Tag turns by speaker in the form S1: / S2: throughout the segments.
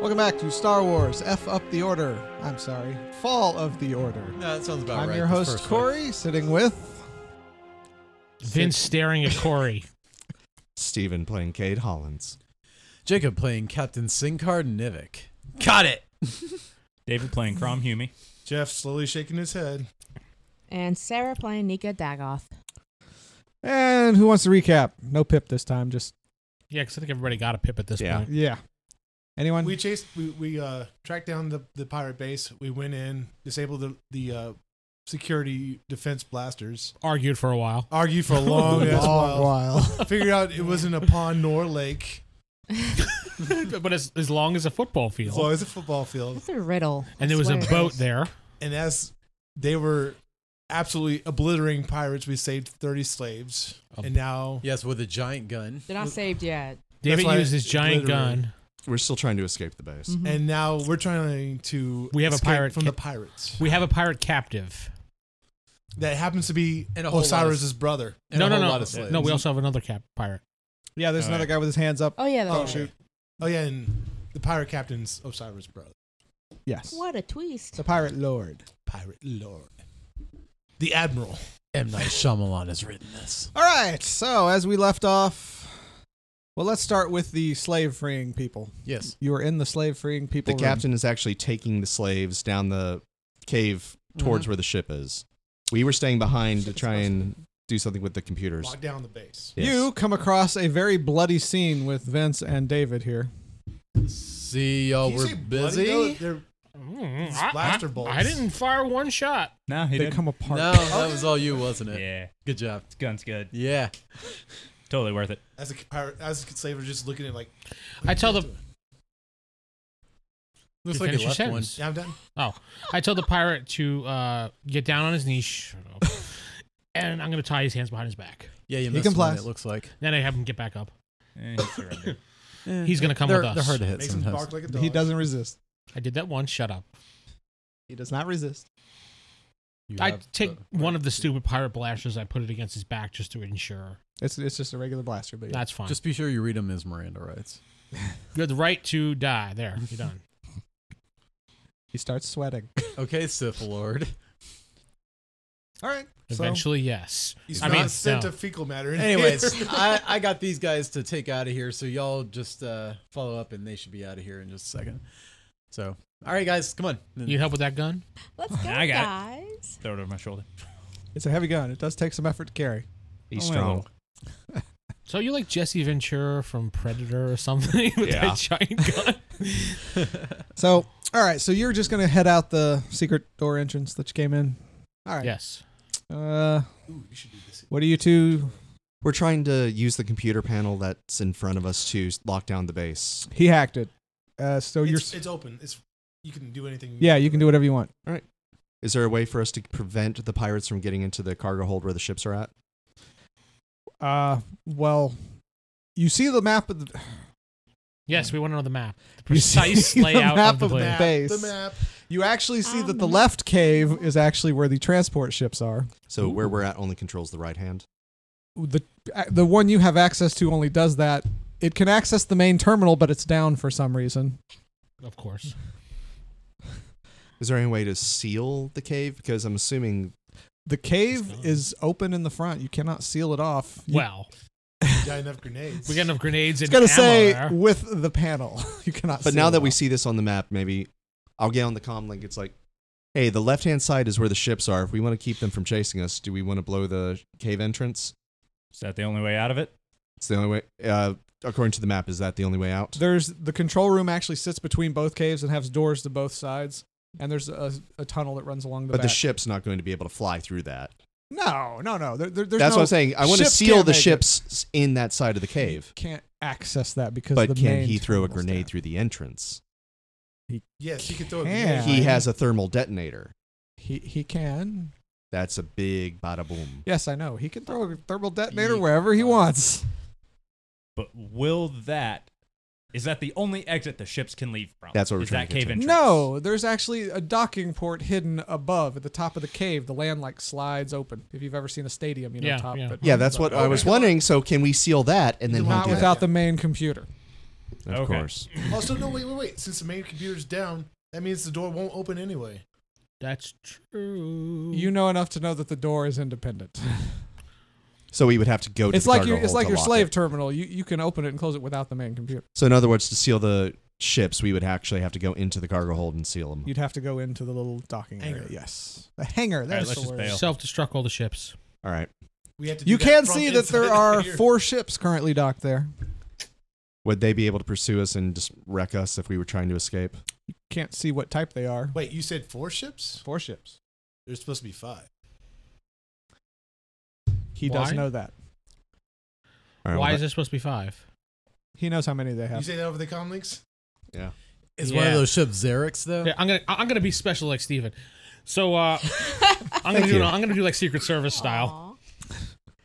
S1: Welcome back to Star Wars F Up the Order. I'm sorry, Fall of the Order.
S2: No, that sounds about
S1: I'm
S2: right.
S1: your
S2: the
S1: host,
S2: first one.
S1: Corey, sitting with.
S3: Vince staring at Corey.
S4: Steven playing Cade Hollins.
S2: Jacob playing Captain Sinkar Nivik.
S5: David playing Crom Humey.
S6: Jeff slowly shaking his head.
S7: And Sarah playing Nika Dagoth.
S1: And who wants to recap? No pip this time, just.
S3: Yeah, because I think everybody got a pip at this
S4: Yeah.
S3: point.
S1: Yeah. Anyone?
S6: We chased, we, we uh, tracked down the, the pirate base. We went in, disabled the, the uh, security defense blasters,
S3: Argued for a while.
S6: argued for a long ass
S1: Long
S6: while,
S1: while.
S6: figured out it wasn't a pond nor a lake,
S3: but as, as long as a football field.
S6: as long as a football field.
S7: It's a riddle.
S3: and there was a
S7: Swear.
S3: boat there.
S6: And as they were absolutely obliterating pirates, we saved 30 slaves. And now
S2: Yes, with a giant gun.
S7: They're not saved yet.
S3: David
S6: why
S3: used his giant
S6: literally-
S3: gun.
S4: We're still trying to escape the base.
S1: Mm-hmm.
S3: Mm-hmm.
S6: and now we're trying to
S3: We have a
S6: escape
S3: pirate
S6: from
S3: ca-
S6: the pirates.
S3: We have a pirate captive.
S6: That happens to be
S2: And a whole lot of-
S6: Osiris's brother.
S2: And
S3: no,
S2: a
S3: no,
S2: whole
S3: no.
S2: lot of slaves.
S3: no, we also have another cap pirate.
S1: Yeah, there's
S5: All
S1: another
S5: right.
S1: guy with his hands up.
S7: Oh yeah, though.
S6: Oh, shoot. Oh, yeah, and the pirate captain's Osiris' brother.
S1: Yes.
S7: What a twist.
S1: The Pirate Lord.
S6: pirate lord, the admiral.
S2: M. Night Shyamalan has written this.
S1: All right, so as we left off. Well, let's start with the slave freeing people.
S2: Yes.
S1: You were in the slave freeing people.
S4: The
S1: room.
S4: captain is actually taking the slaves down the cave
S1: Mm-hmm.
S4: towards where the ship is. We were staying behind to try and do something with the computers.
S6: Lock down the base.
S4: Yes.
S1: You come across a very bloody scene with Vince and David here.
S2: See, y'all
S6: Can you
S2: Oh, were
S6: say bloody, though?
S2: busy.
S6: They're-
S3: Mm,
S6: These
S3: I-
S6: blaster
S3: I-
S6: bolts.
S3: I, didn't fire one shot.
S5: No, he
S1: They
S5: didn't.
S1: come apart.
S2: No, that was all you, wasn't it?
S5: yeah,
S2: Good job.
S5: his gun's good.
S2: Yeah.
S5: Totally worth it.
S6: As a pirate, as a slave, are just looking at like.
S3: I tell the
S2: Looks
S3: You
S2: like
S3: finish
S2: you
S3: your
S2: left one.
S3: sentence.
S6: Yeah, I'm done.
S3: oh, I tell the pirate to uh, get down on his knees, shut up, and I'm gonna tie his hands behind his back.
S2: Yeah,
S1: He
S2: you missed one,
S1: complies.
S2: it looks like.
S3: Then I have him get back up.
S5: Eh, he surrendered.
S3: He's gonna come
S2: they're,
S3: with us.
S2: They're hard to hit
S6: Makes him
S2: sometimes.
S6: bark like a dog.
S1: He doesn't resist.
S3: I did that once. Shut up.
S1: He does not resist.
S2: You
S3: I
S2: have
S3: take
S2: the-
S3: one of the stupid pirate blasters. I put it against his back just to ensure.
S1: It's it's just a regular blaster, but yeah.
S3: That's fine.
S2: Just be sure you read him as Miranda rights.
S3: You have the right to die. There, you're done.
S1: he starts sweating.
S2: Okay, Sith Lord.
S1: All right.
S3: Eventually, yes.
S6: He's
S3: I
S6: not
S3: mean,
S6: sent
S3: no.
S6: a fecal matter. in
S2: Anyways,
S6: here.
S2: I, I got these guys to take out of here, so y'all just uh, follow up, and they should be out of here in just a second. So, all right, guys, come on.
S3: You help with that gun?
S7: Let's go,
S5: I got
S7: guys.
S5: Throw it over my shoulder.
S1: So it's a heavy gun. It does take some effort to carry.
S4: He's
S1: Oh,
S5: Only a
S4: strong.
S5: little.
S3: So you like Jesse Ventura from Predator or something with
S4: Yeah.
S3: that giant gun?
S1: So all right. So you're just gonna head out the secret door entrance that you came in. All right.
S3: Yes.
S1: Uh,
S6: Ooh, you should do this.
S1: what do you two?
S4: We're trying to use the computer panel that's in front of us to lock down the base.
S1: He hacked it. Uh, so you're.
S6: It's, it's open. It's you can do anything.
S1: yeah, you can do whatever you want.
S4: Is there a way for us to prevent the pirates from getting into the cargo hold where the ships are at?
S1: Uh, well, you see the map of the
S3: Yes, we want to know the map. The
S1: you see
S3: precise
S1: the
S3: layout
S1: map
S3: of the
S1: of that.
S3: place.
S6: Map,
S1: Base.
S6: The map.
S1: You actually see
S7: On
S1: that
S7: the
S1: the
S7: map.
S1: left cave is actually where the transport ships are.
S4: So where we're at only controls the right hand.
S1: The the one you have access to only does that. It can access the main terminal, but it's down for some reason.
S3: Of course.
S4: Is there any way to seal the cave? Because I'm assuming
S1: The cave
S3: gone.
S1: is open in the front. You cannot seal it off. You-
S3: Well,
S6: got enough grenades.
S3: We got enough grenades and
S1: I was gonna
S3: ammo
S1: say
S3: there.
S1: with the panel, you cannot.
S4: But
S1: see
S4: now
S1: it
S4: that we
S1: all.
S4: see this on the map, maybe I'll get on the comm link. It's like, hey, the left hand side is where the ships are. If we want to keep them from chasing us, do we want to blow the cave entrance?
S5: Is that the only way out of it?
S4: It's the only way. Uh, according to the map, is that the only way out?
S1: there's the control room actually sits between both caves and has doors to both sides, and there's a, a tunnel that runs along the.
S4: but the
S1: back.
S4: ship's not going to be able to fly through that.
S1: No, no, no. There, there, there's
S4: That's
S1: no,
S4: what I'm saying. I want to
S1: ships
S4: seal
S1: can't
S4: the
S1: make it.
S4: ships s- in that side of the cave.
S1: Can't access that because.
S4: But
S1: the
S4: can
S1: main
S4: he throw a
S1: terminal's
S4: grenade
S1: down.
S4: through the entrance?
S6: Yes, you can throw a
S1: Can.
S6: grenade.
S4: He has a thermal detonator.
S1: He he can.
S4: That's a big bada boom.
S1: Yes, I know. He can throw a thermal detonator
S5: He-
S1: wherever he wants.
S5: But will that? Is that the only exit the ships can leave from?
S4: That's what we're
S5: Is
S4: trying
S5: that
S4: to get
S5: cave
S4: to.
S5: entrance?
S1: No, there's actually a docking port hidden above at the top of the cave. The land like slides open. If you've ever seen a stadium, you know,
S3: Yeah,
S1: top.
S3: yeah.
S1: But
S4: Yeah, that's what I was wondering. So can we seal that and then
S6: Not
S4: he'll
S1: Not
S4: do
S1: without
S6: Yeah.
S1: the main computer.
S4: that? Of
S5: Okay.
S4: course.
S6: Also, no, wait, wait, wait. Since the main computer's down, that means the door won't open anyway.
S3: That's true.
S1: You know enough to know that the door is independent.
S4: So we would have to go to
S1: it's
S4: the
S1: like
S4: cargo
S1: your it's
S4: hold
S1: like
S4: to
S1: your
S4: lock
S1: slave
S4: it.
S1: terminal. You you can open it and close it without the main computer.
S4: So in other words, to seal the ships, we would actually have to go into the cargo hold and seal them.
S1: You'd have to go into the little docking
S6: Hangar.
S1: area. Yes, the hangar.
S5: right,
S1: That's the
S5: let's just
S1: word.
S5: bail.
S3: Self-destruct all the ships.
S4: All right.
S6: We have to. Do
S1: You
S6: that
S1: can
S6: from
S1: see that there
S6: inside
S1: are
S6: here.
S1: four ships currently docked there.
S4: Would they be able to pursue us and just wreck us if we were trying to escape?
S1: Can't see what type they are.
S6: Wait, you said four ships?
S1: Four ships.
S6: There's supposed to be five.
S1: He does
S3: Why?
S1: know that.
S4: All right,
S3: Why
S4: well,
S3: is there supposed to be five?
S1: He knows how many they
S6: You
S1: have.
S6: say that over the comm links?
S2: Is one of
S3: Yeah.
S2: those ships Xerix though?
S3: Yeah, I'm gonna I- I'm gonna be special like Steven. So uh, I'm gonna do
S4: you.
S3: I'm gonna do like Secret Service style.
S7: Aw.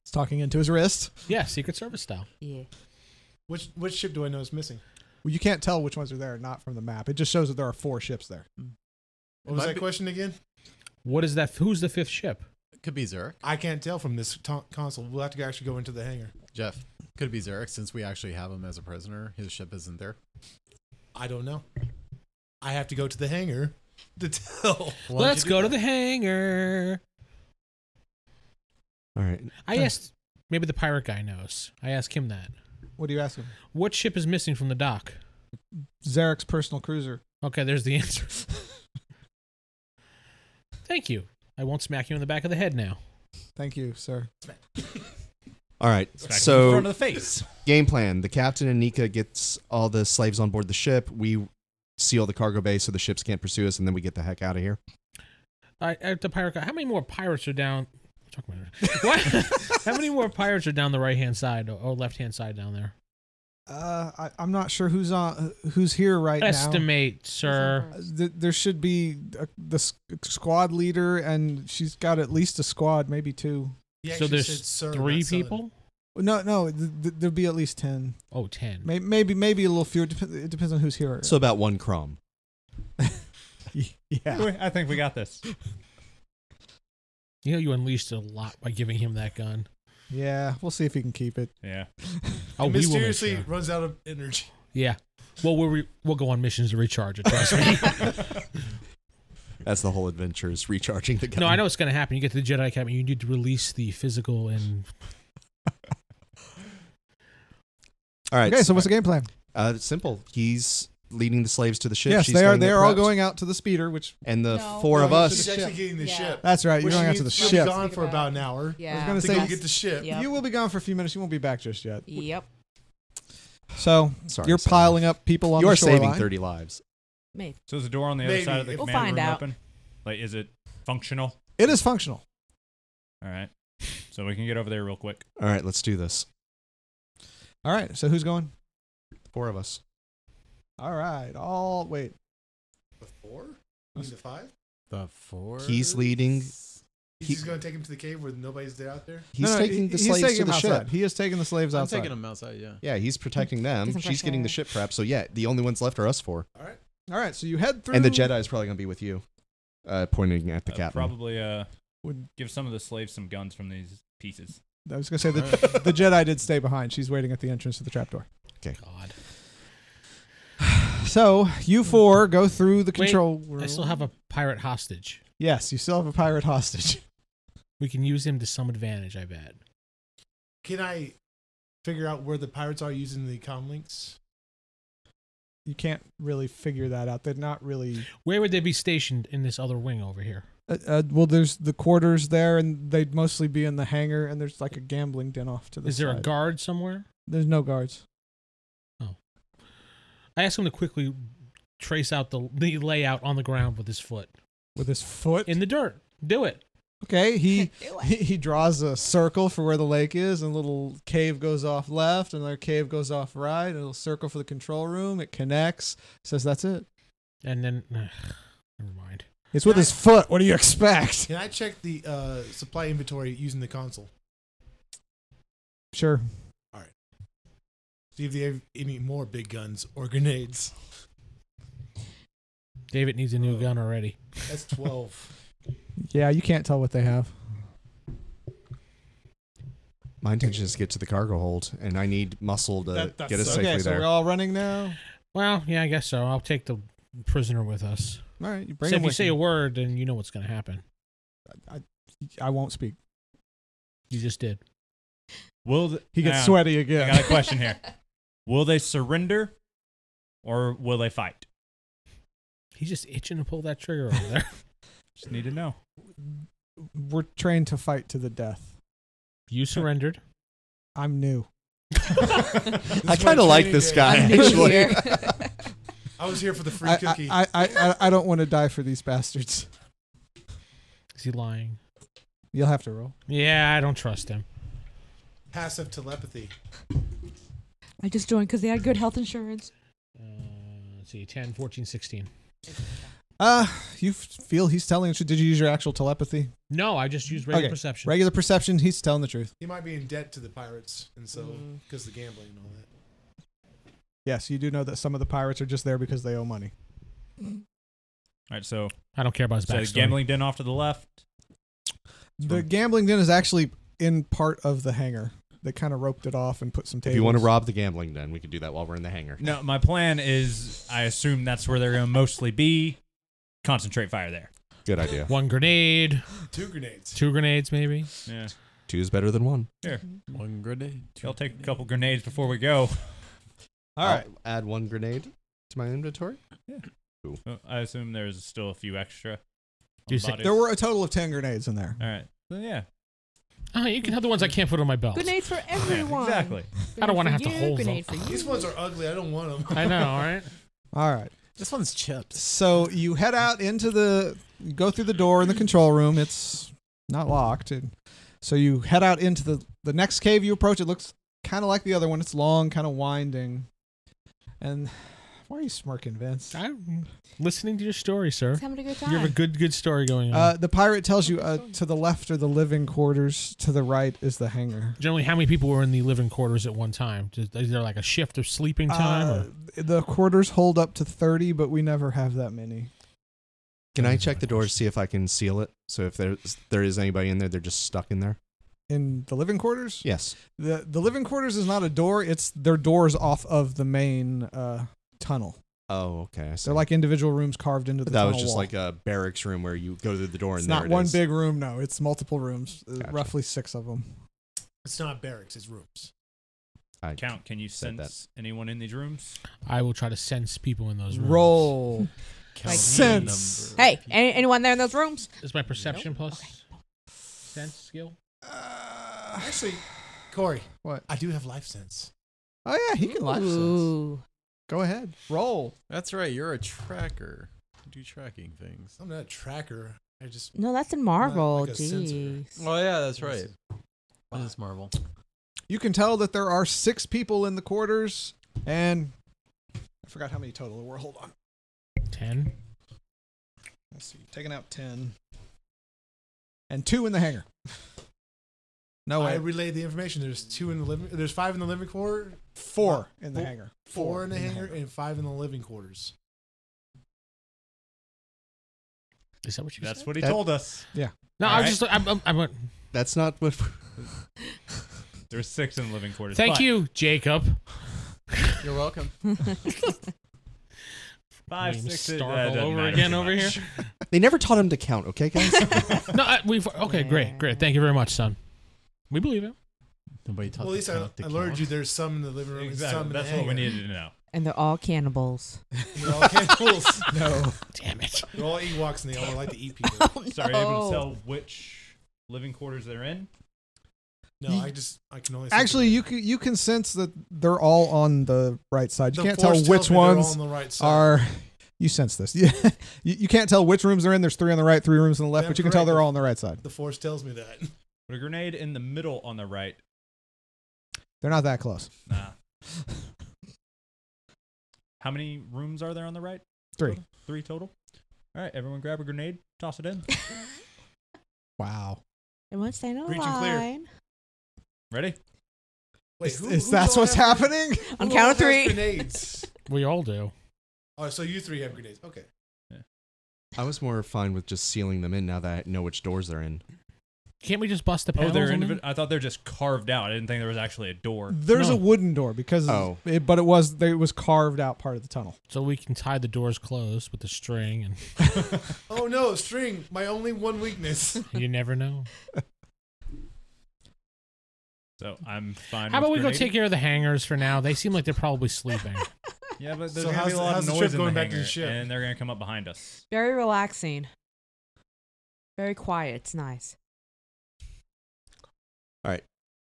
S1: He's talking into his wrist.
S3: Yeah, Secret Service style.
S7: Yeah.
S6: Which which ship do I know is missing?
S1: Well, you can't tell which ones are there or not from the map. It just shows that there are four ships there.
S6: What was
S2: might
S6: that
S2: be-
S6: question again?
S3: What is that? Who's the fifth ship?
S2: Could be Xerix.
S6: I can't tell from this to- console. We'll have to actually go into the hangar.
S2: Jeff. Could it be Xerix since we actually have him as a prisoner? His ship isn't there.
S6: I don't know. I have to go to the hangar to tell.
S2: Why don't
S3: Let's
S2: you do
S3: go to
S2: that?
S3: the hangar.
S4: all right.
S3: I asked maybe the pirate guy knows. I asked him that.
S1: What do you ask him?
S3: What ship is missing from the dock?
S1: Zarek's personal cruiser.
S3: Okay, there's the answer. Thank you. I won't smack you in the back of the head now.
S1: Thank you, sir.
S4: All right.
S5: Smack him in
S4: so
S5: front of the face.
S4: game plan: the captain and Nika gets all the slaves on board the ship. We seal the cargo bay so the ships can't pursue us, and then we get the heck out of here.
S3: I, I the pirate guy. How many more pirates are down? Talk about it. What? how many more pirates are down the right hand side or, or left hand side down there?
S1: Uh, I, I'm not sure who's on who's here right now.
S3: Estimate, sir.
S1: Uh, th- There should be a, the s- squad leader, and she's got at least a squad, maybe two.
S6: He
S3: So
S6: actually said,
S3: there's
S6: "Sir,
S3: three
S6: not Southern."
S3: people.
S1: No, no, th- th- there'd be at least ten.
S3: Oh, 10.
S1: Maybe, maybe, maybe a little fewer. Dep- it depends on who's here.
S4: So about one crumb.
S1: yeah,
S5: I think we got this.
S3: You know, you unleashed a lot by giving him that gun.
S1: yeah. We'll see if he can keep it.
S5: Yeah.
S3: Oh, we
S6: He
S3: will. make
S6: mysteriously
S3: sure.
S6: runs out of energy.
S3: Yeah. Well, we'll, re- we'll go on missions to recharge it. Trust me.
S4: That's the whole adventure is recharging the gun.
S3: no, I know it's going to happen. You get to the Jedi Academy, you need to release the physical and.
S4: All right.
S1: Okay, so what's the game plan?
S4: Uh, it's simple. He's leading the slaves to the ship.
S1: Yes,
S4: She's
S1: they are.
S4: getting
S1: They
S4: it
S1: are all
S4: prepped.
S1: going out to the speeder. Which
S4: And the
S7: No.
S4: four
S6: No,
S4: of
S6: he's-
S4: us.
S6: He's actually
S1: Ship.
S6: getting the
S7: Yeah.
S6: ship.
S1: that's right. You're
S6: Which
S1: going out to the
S6: means
S7: she's
S6: She'll
S1: ship.
S6: be gone for about an hour.
S7: Yeah.
S1: gonna
S6: To
S1: say-
S6: go get the ship.
S7: Yep.
S1: You will be gone for a few minutes. You won't be back just yet.
S7: Yep.
S1: So
S4: Sorry,
S1: you're
S4: sorry.
S1: piling up people on
S4: You
S1: the
S4: are saving
S1: shoreline.
S4: thirty lives.
S7: Maybe.
S5: So is the door on the
S6: Maybe.
S5: other side of the
S7: We'll
S5: command
S7: find
S5: room
S7: out.
S5: open? Like, is it functional?
S1: It is functional.
S5: All right. So we can get over there real quick.
S4: All right, let's do this.
S1: All right. So who's going?
S4: Four of us.
S1: All right. All wait.
S6: The four? You mean the five?
S2: The four.
S4: He's leading.
S6: He's
S4: He-
S6: just going to take him to the cave where nobody's there out there?
S4: He's
S1: No, no,
S4: taking
S1: he-
S4: the
S1: he's
S4: slaves
S1: taking
S4: to the
S1: them
S4: ship.
S1: outside. He is taking the slaves
S2: I'm
S1: outside.
S2: taking him outside. Yeah.
S4: Yeah, he's protecting them.
S7: Get some
S4: She's
S7: fresh
S4: getting the
S7: air.
S4: ship prepped. So yeah, the only ones left are us four.
S6: All right.
S1: All right. So you head through.
S4: And the Jedi is probably gonna be with you, uh, pointing at the
S5: Uh,
S4: captain.
S5: probably uh,
S1: Would-
S5: give some of the slaves some guns from these pieces.
S1: I was gonna say the, the Jedi did stay behind. She's waiting at the entrance to the trapdoor.
S3: God.
S1: So you four go through the
S3: Wait,
S1: control room.
S3: I still have a pirate hostage.
S1: Yes, you still have a pirate hostage.
S3: We can use him to some advantage, I bet.
S6: Can I figure out where the pirates are using the comm links?
S1: You can't really figure that out. They're not really.
S3: Where would they be stationed in this other wing over here?
S1: Uh, uh, well, there's the quarters there, and they'd mostly be in the hangar. And there's like a gambling den off to the
S3: Is there a
S1: side.
S3: guard somewhere?
S1: There's no guards.
S3: I asked him to quickly trace out the, the layout on the ground with his foot
S1: With his foot.
S3: in the dirt. Do it.
S1: okay, he
S7: Do it.
S1: he, he draws a circle for where the lake is, and a little cave goes off left, and another cave goes off right, and a little circle for the control room. It connects. Says that's it.
S3: And then, ugh, never mind.
S1: It's with his foot. What do you expect?
S6: Can I check the uh, supply inventory using the console?
S1: Sure.
S6: See if they have any more big guns or grenades.
S3: David needs a new gun already.
S6: That's twelve.
S1: Yeah, you can't tell what they have.
S4: My intention is to get to the cargo hold, and I need muscle to
S6: That- that
S4: get us
S6: sucks.
S4: safely
S1: Okay, so
S4: there.
S1: we're all running now.
S3: Well, yeah, I guess so. I'll take the prisoner with us.
S1: All right, you bring
S3: So if
S1: him
S3: you
S1: with
S3: say a word, then you know what's going to happen.
S1: I won't speak.
S3: You just did.
S5: Will th-
S1: He gets
S5: uh,
S1: sweaty
S5: I
S1: again.
S5: got a question here. Will they surrender, or will they fight?
S3: He's just itching to pull that trigger over there.
S5: Just need to know.
S1: We're trained to fight to the death.
S3: you surrendered.
S1: I'm new.
S4: I kind of like this guy.
S7: I'm new
S4: actually.
S7: here.
S6: I was here for the free
S1: I,
S6: cookie.
S1: I, I, I, I don't want to die for these bastards.
S3: Is he lying?
S1: You'll have to roll.
S3: Yeah, I don't trust him.
S6: Passive telepathy.
S7: I just joined because they had good health insurance.
S3: Uh, let's see, 10, 14, 16.
S1: Uh, you f- feel he's telling the truth. Did you use your actual telepathy?
S3: No, I just used regular
S1: Okay,
S3: perception.
S1: Regular perception, he's telling the truth.
S6: He might be in debt to the pirates, and so because the gambling and all that.
S1: Yes, you do know that some of the pirates are just there because they owe money.
S5: All right, so
S3: I don't care about his
S5: so
S3: backstory.
S5: gambling den off to the left.
S1: The gambling den is actually in part of the hangar. They kind of roped it off and put some tables.
S4: If you want to rob the gambling den, we can do that while we're in the hangar.
S5: No, my plan is I assume that's where they're going to mostly be. Concentrate fire there.
S4: Good idea.
S3: One grenade,
S6: Two grenades.
S3: two grenades maybe.
S5: Yeah.
S4: Two is better than one.
S2: One grenade.
S5: I'll take a couple grenades before we go.
S1: All right.
S4: I'll add one grenade to my inventory.
S5: Uh, I assume there's still a few extra. on
S3: Do you say-
S5: bodies.
S1: There were a total of 10 grenades in there.
S5: All right. So, yeah.
S3: Oh, you can have the ones I can't put on my belt.
S7: Grenades for everyone.
S5: Exactly.
S7: Grenade
S3: Oh, I don't wanna
S7: for
S3: have to
S7: you,
S3: hold
S7: grenade
S3: them.
S7: For you.
S6: These ones are ugly. I don't want them.
S3: I know, all right?
S1: All right.
S2: This one's chips.
S1: So you head out into the, you go through the door in the control room. It's not locked, and so you head out into the the next cave. You approach. It looks kind of like the other one. It's long, kind of winding. And why are you smirking, Vince?
S3: I'm listening to your story, sir.
S7: He's having a good
S3: You have a
S7: time.
S3: good, good story going on.
S1: Uh, the pirate tells you uh, to the left are the living quarters, to the right is the hangar.
S3: Generally, how many people were in the living quarters at one time? Is is there like a shift or sleeping time?
S1: Uh,
S3: or?
S1: the quarters hold up to thirty, but we never have that many.
S4: Can
S1: Oh
S4: I check the door to see if I can seal it? So if there's there is anybody in there, they're just stuck in there.
S1: In the living quarters,
S4: Yes.
S1: the the living quarters is not a door. It's their doors off of the main uh, tunnel.
S4: Oh, okay. I see.
S1: They're like individual rooms carved into the.
S4: that was
S1: tunnel
S4: just
S1: wall.
S4: like a barracks room where you go through the door and
S1: It's
S4: there
S1: not
S4: it
S1: one
S4: is.
S1: big room. No, it's multiple rooms. uh,
S4: Gotcha.
S1: Roughly six of them.
S6: It's not barracks. It's rooms.
S4: I-
S5: Count, can you
S4: Said that.
S5: sense anyone in these rooms?
S3: I will try to sense people in those rooms.
S1: Roll.
S7: Like-
S1: Sense.
S7: Hey, any, anyone there in those rooms?
S3: Is my perception plus sense skill?
S1: Uh,
S6: Actually, Corey,
S1: What?
S6: I do have life sense.
S1: oh yeah, he can life sense.
S7: Ooh.
S1: Go ahead. Roll.
S2: That's right. You're a tracker. You do tracking things.
S6: I'm not a tracker. I just
S7: No, that's in Marvel.
S6: Like a sensor.
S7: Jeez.
S2: Oh yeah, that's right. That is Marvel.
S1: You can tell that there are six people in the quarters, and I forgot how many total there were. Hold on.
S3: Ten.
S1: Let's see. Taking out ten, and two in the hangar. No
S6: I
S1: way.
S6: relay the information. There's two in the living. There's five in the living quarter,
S1: Four in the
S6: Four-
S1: hangar.
S6: four in the hangar, and five in the living quarters.
S3: Is that what you
S5: That's
S3: said?
S5: what he
S4: That-
S5: told us.
S3: No,
S5: All
S3: I was
S5: right.
S3: just. I'm, I'm, I'm,
S4: That's not what.
S5: There's six in the living quarters.
S3: thank
S5: but-
S3: you, Jacob.
S2: You're welcome.
S5: Five,
S3: Name's
S5: six,
S3: Stark
S5: that
S3: all
S5: doesn't
S3: over
S5: matter
S3: again
S5: too
S3: over
S5: much.
S4: they never taught him to count. Okay, guys.
S3: No, I, we've okay, great, great. Thank you very much, son. We believe him.
S2: Nobody taught
S6: Well, at
S2: the
S6: least I,
S2: count to
S6: I learned
S2: count.
S6: you there's some in the living room and some
S5: Exactly.
S6: in
S5: That's
S6: the
S5: what we
S6: hangar.
S5: needed to know.
S8: And they're all cannibals.
S6: They're all cannibals.
S1: No.
S3: Damn it.
S6: They're all Ewoks and they all like to eat people.
S5: So are you able
S3: Oh.
S8: No.
S5: to tell which living quarters they're in?
S6: No, I just I can only
S1: Actually, you can you can sense that they're all on the right side. You
S6: The
S1: can't tell
S6: Force tells
S1: which
S6: me they're all
S1: ones
S6: on the right side.
S1: are. You sense this. Yeah. you, you can't tell which rooms they're in. There's three on the right, three rooms on the left,
S6: Yeah,
S1: but you can tell
S6: correct.
S1: they're all on the right side.
S6: The force tells me that.
S5: With a grenade in the middle on the right.
S1: They're not that close.
S5: Nah. How many rooms are there on the right?
S1: Three.
S5: Total? Three total. All right, everyone grab a grenade, toss it in.
S1: Wow.
S8: And once they know
S6: Breach and clear.
S8: line,
S5: Ready?
S6: Wait,
S1: is,
S6: who-
S1: is
S6: who
S1: that's
S6: all
S1: what's
S6: have-
S1: happening?
S6: who
S8: on
S6: all
S8: count
S6: has
S8: of three,
S6: Grenades.
S3: We all do.
S6: Oh, so you three have grenades. Okay.
S4: I was more fine with just sealing them in now that I know which doors they're in.
S3: Can't we just bust the
S5: Oh,
S3: panels?
S5: they're
S3: on
S5: individ-
S3: them?
S5: I thought they're just carved out. I didn't think there was actually a door.
S1: There's
S3: No.
S1: a wooden door because,
S4: Oh.
S1: it, but it was it was carved out part of the tunnel.
S3: So we can tie the doors closed with a string, and
S6: Oh no, string. My only one weakness.
S3: you never know.
S5: So I'm fine.
S3: How
S5: with
S3: about we go
S5: grenade.
S3: take care of the hangers for now? They seem like they're probably sleeping.
S5: Yeah, but there's
S6: So
S5: gonna be
S6: how's-
S5: a lot
S6: how's
S5: of
S6: the
S5: noise
S6: ship
S5: in
S6: going
S5: the
S6: back to the
S5: hangar,
S6: ship?
S5: and they're gonna come up behind us.
S8: very relaxing, very quiet. It's nice.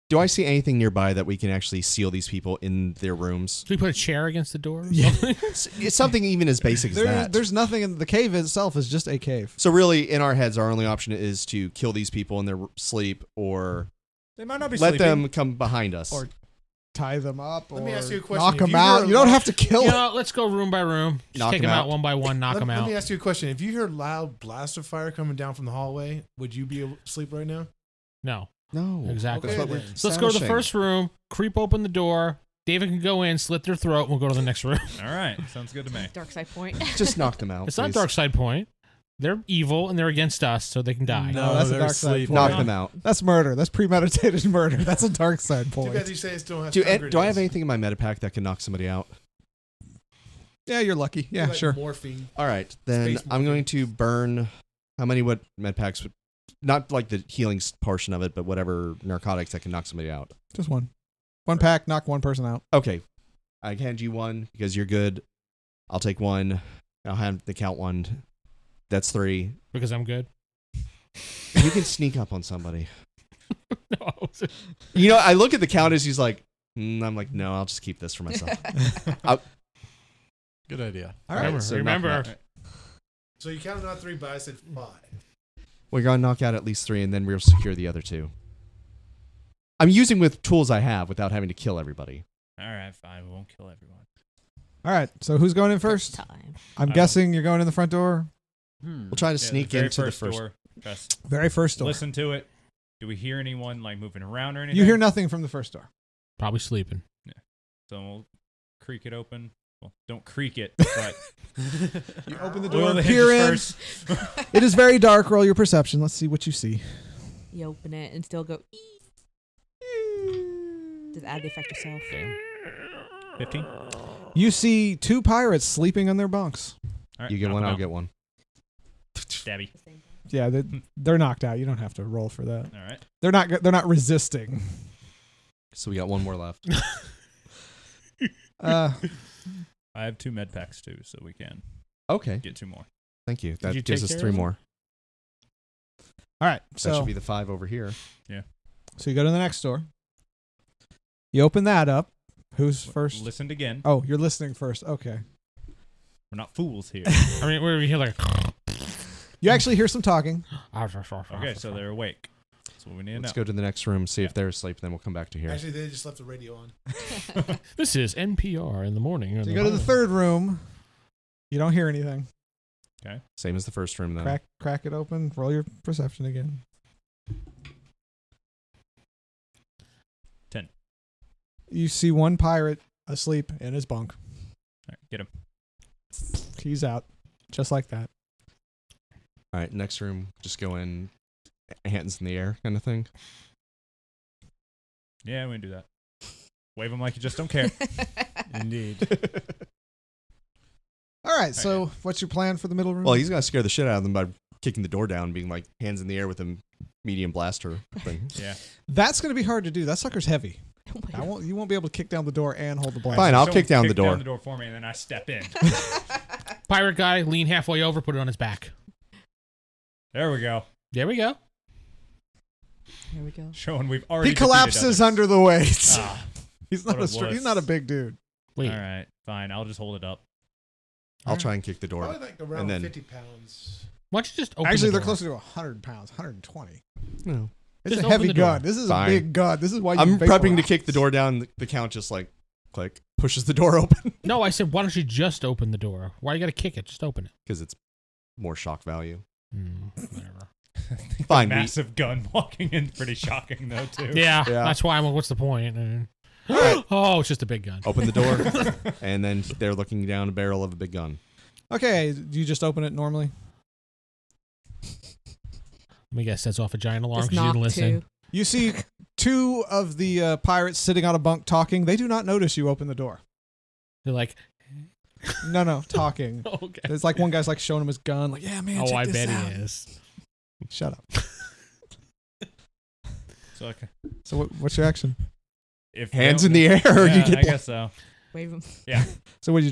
S4: Do I see anything nearby that we can actually seal these people in their rooms?
S3: So we put a chair against the door.
S1: Yeah.
S4: S- It's something even as basic as
S1: There-
S4: that.
S1: There's nothing in the cave itself is just a cave.
S4: so really, in our heads, our only option is to kill these people in their r- sleep, or
S5: They might not be
S4: let
S5: sleeping.
S4: them come behind us.
S1: Or- Tie them up or
S6: Let me ask you a question.
S1: knock
S6: If
S1: them
S6: you were
S1: out. You don't
S6: alive-
S1: have to kill
S3: You
S1: them.
S3: know, let's go room by room. Just
S4: Knock
S3: take
S4: 'em
S3: them out.
S4: out.
S3: one by one. Knock
S6: let,
S3: them
S6: let
S3: out.
S6: me ask you a question. If you hear loud blaster fire coming down from the hallway, would you be able- asleep right now?
S3: no,
S4: No,
S3: exactly.
S6: Okay,
S4: That's what we're
S6: then.
S3: So let's go to the
S4: establishing.
S3: first room. Creep open the door. David can go in, slit their throat, and we'll go to the next room.
S5: All right, sounds good to me.
S8: Dark side point.
S4: Just knock them
S1: Oh,
S4: out.
S3: it's not
S4: please.
S3: Dark Side Point. They're evil and they're against us, so they can die.
S1: No, that's a
S2: they're
S1: dark side
S2: asleep.
S4: Knock
S5: Yeah.
S4: them out.
S1: That's murder. That's premeditated murder. That's a dark side
S6: Two guys
S1: point.
S6: you say don't have
S4: Do,
S6: stun
S4: and, do I have
S6: grenades.
S4: anything in my metapack that can knock somebody out?
S1: Yeah, you're lucky. Yeah,
S6: Like
S1: sure.
S6: Morphine.
S4: All right, then
S6: Space
S4: I'm
S6: Morphine.
S4: going to burn. How many what medpacks? Would, not like the healing s- portion of it, but whatever narcotics that can knock somebody out.
S1: Just one. One pack, knock one person out.
S4: Okay, I hand you one because you're good. I'll take one. I'll have the count one. That's three.
S3: Because I'm good.
S4: You can sneak up on somebody.
S3: no, I wasn't.
S4: You know, I look at the count as he's like, mm, I'm like, no, I'll just keep this for myself.
S2: Good idea.
S4: All right,
S3: remember,
S4: so knock 'em
S3: remember,
S4: out.
S6: So you counted out three, but I said five.
S4: We're gonna knock out at least three, and then we'll secure the other two. I'm using with tools I have without having to kill everybody.
S5: All right, fine. We won't kill everyone.
S1: All right. So who's going in first?
S8: time.
S1: I'm
S5: I
S1: guessing you're going in the front door.
S2: Hmm.
S4: We'll try to
S5: Yeah,
S4: sneak
S5: very
S4: into the first.
S5: door. Press-
S1: Very first door.
S5: Listen to it. Do we hear anyone like moving around or anything?
S1: You hear nothing from the first door.
S3: probably sleeping.
S5: So we'll creak it open. Well, don't creak it, but
S1: You open the
S5: Oil
S1: door,
S5: the
S1: peer in.
S5: hinges first.
S1: It is very dark. Roll your perception. Let's see what you see.
S8: You open it and still go. "Ee." Just add the effect yourself.
S5: Damn. Fifteen.
S1: You see two pirates sleeping on their bunks.
S5: All right,
S4: You get
S5: knock
S4: one,
S5: him
S4: I'll
S5: out.
S4: get one.
S5: stabby.
S1: Yeah, they, they're knocked out. You don't have to roll for that.
S5: All right.
S1: They're not. go- They're not resisting.
S4: So we got one more left.
S1: Uh,
S5: I have two med packs too, so we can
S4: Okay,
S5: get two more.
S4: thank you. That
S3: you
S4: gives
S3: take
S4: us
S3: care
S4: three
S3: of them?
S4: more.
S1: all right.
S4: that
S1: So
S4: should be the five over here.
S1: so you go to the next door. You open that up. Who's first?
S5: Listened again.
S1: Oh, you're listening first. Okay.
S5: We're not fools here.
S3: I mean, where we hear like.
S1: You actually hear some talking.
S5: okay, so they're awake. That's what we need to know.
S4: Let's go to the next room, see if they're asleep, then we'll come back to here.
S6: Actually, they just left the radio on.
S3: This is NPR in the morning.
S1: So you go to the third room. You don't hear anything.
S4: Same as the first room, though.
S1: Crack crack it open. Roll your perception again.
S5: Ten.
S1: You see one pirate asleep in his bunk.
S5: All right, get him.
S1: He's out, just like that.
S4: All right, next room. Just go in, hands in the air, kind of thing.
S5: Yeah, we can do that. Wave them like you just don't care.
S2: Indeed.
S1: All right. So what's your plan for the middle room?
S4: Well, he's gonna scare the shit out of them by kicking the door down, being like hands in the air with them medium blaster thing.
S5: Yeah.
S1: That's going to be hard to do. That sucker's heavy.
S7: Wait.
S1: I won't. You won't be able to kick down the door and hold the blaster.
S4: Fine, I'll
S5: Someone
S4: kick down the door.
S5: Down the door for me, and then I step in.
S3: Pirate guy, lean halfway over, put it on his back.
S5: there we go.
S3: There we go.
S8: Here we go.
S5: Showing we've already.
S1: He
S5: defeated
S1: collapses
S5: others.
S1: under the weight.
S5: Ah,
S1: he's not
S5: what
S1: a
S5: a
S1: str-
S5: wuss.
S1: he's not a big dude.
S5: all
S3: Wait.
S5: right, fine. I'll just hold it up.
S4: I'll try and kick the door.
S6: Probably like around
S4: then-
S6: 50 pounds.
S3: Why don't you just open
S1: Actually,
S3: the
S1: they're
S3: door?
S1: closer to 100 pounds, 120.
S4: No.
S1: It's
S3: Just
S1: a
S3: open
S1: heavy
S3: the door.
S1: gun. This is
S4: Fine.
S1: a big gun. This is why you
S4: I'm prepping to
S1: vaporize.
S4: kick the door down. The, the count just like click pushes the door open
S3: No, I said, why don't you just open the door? Why you got to kick it? Just open it.
S4: because it's more shock value.
S3: Hmm, whatever.
S4: Fine. we-
S5: Massive gun walking in, pretty shocking though too.
S3: Yeah,
S4: Yeah.
S3: that's why I'm like, what's the point? And-
S4: Alright.
S3: oh, it's just a big gun.
S4: open the door, and then they're looking down a barrel of a big gun.
S1: Okay, do you just open it normally?
S3: Let me guess, that's off a giant alarm
S8: Just
S3: because you
S8: knock
S3: didn't listen.
S8: two.
S1: You see two of the uh, pirates sitting on a bunk talking. They do not notice you open the door.
S3: They're like, "Oh,
S1: No, no, talking.
S3: okay.
S1: There's like one guy's like showing him his gun. Like, yeah, man.
S3: oh,
S1: check
S3: I
S1: this
S3: bet
S1: out."
S3: he is.
S1: Shut up.
S5: So okay.
S1: So what, what's your action?
S5: if they
S4: Hands
S5: don't-
S4: in the air. or
S5: Yeah,
S4: you get
S5: I guess so.
S8: Wave them.
S1: So what you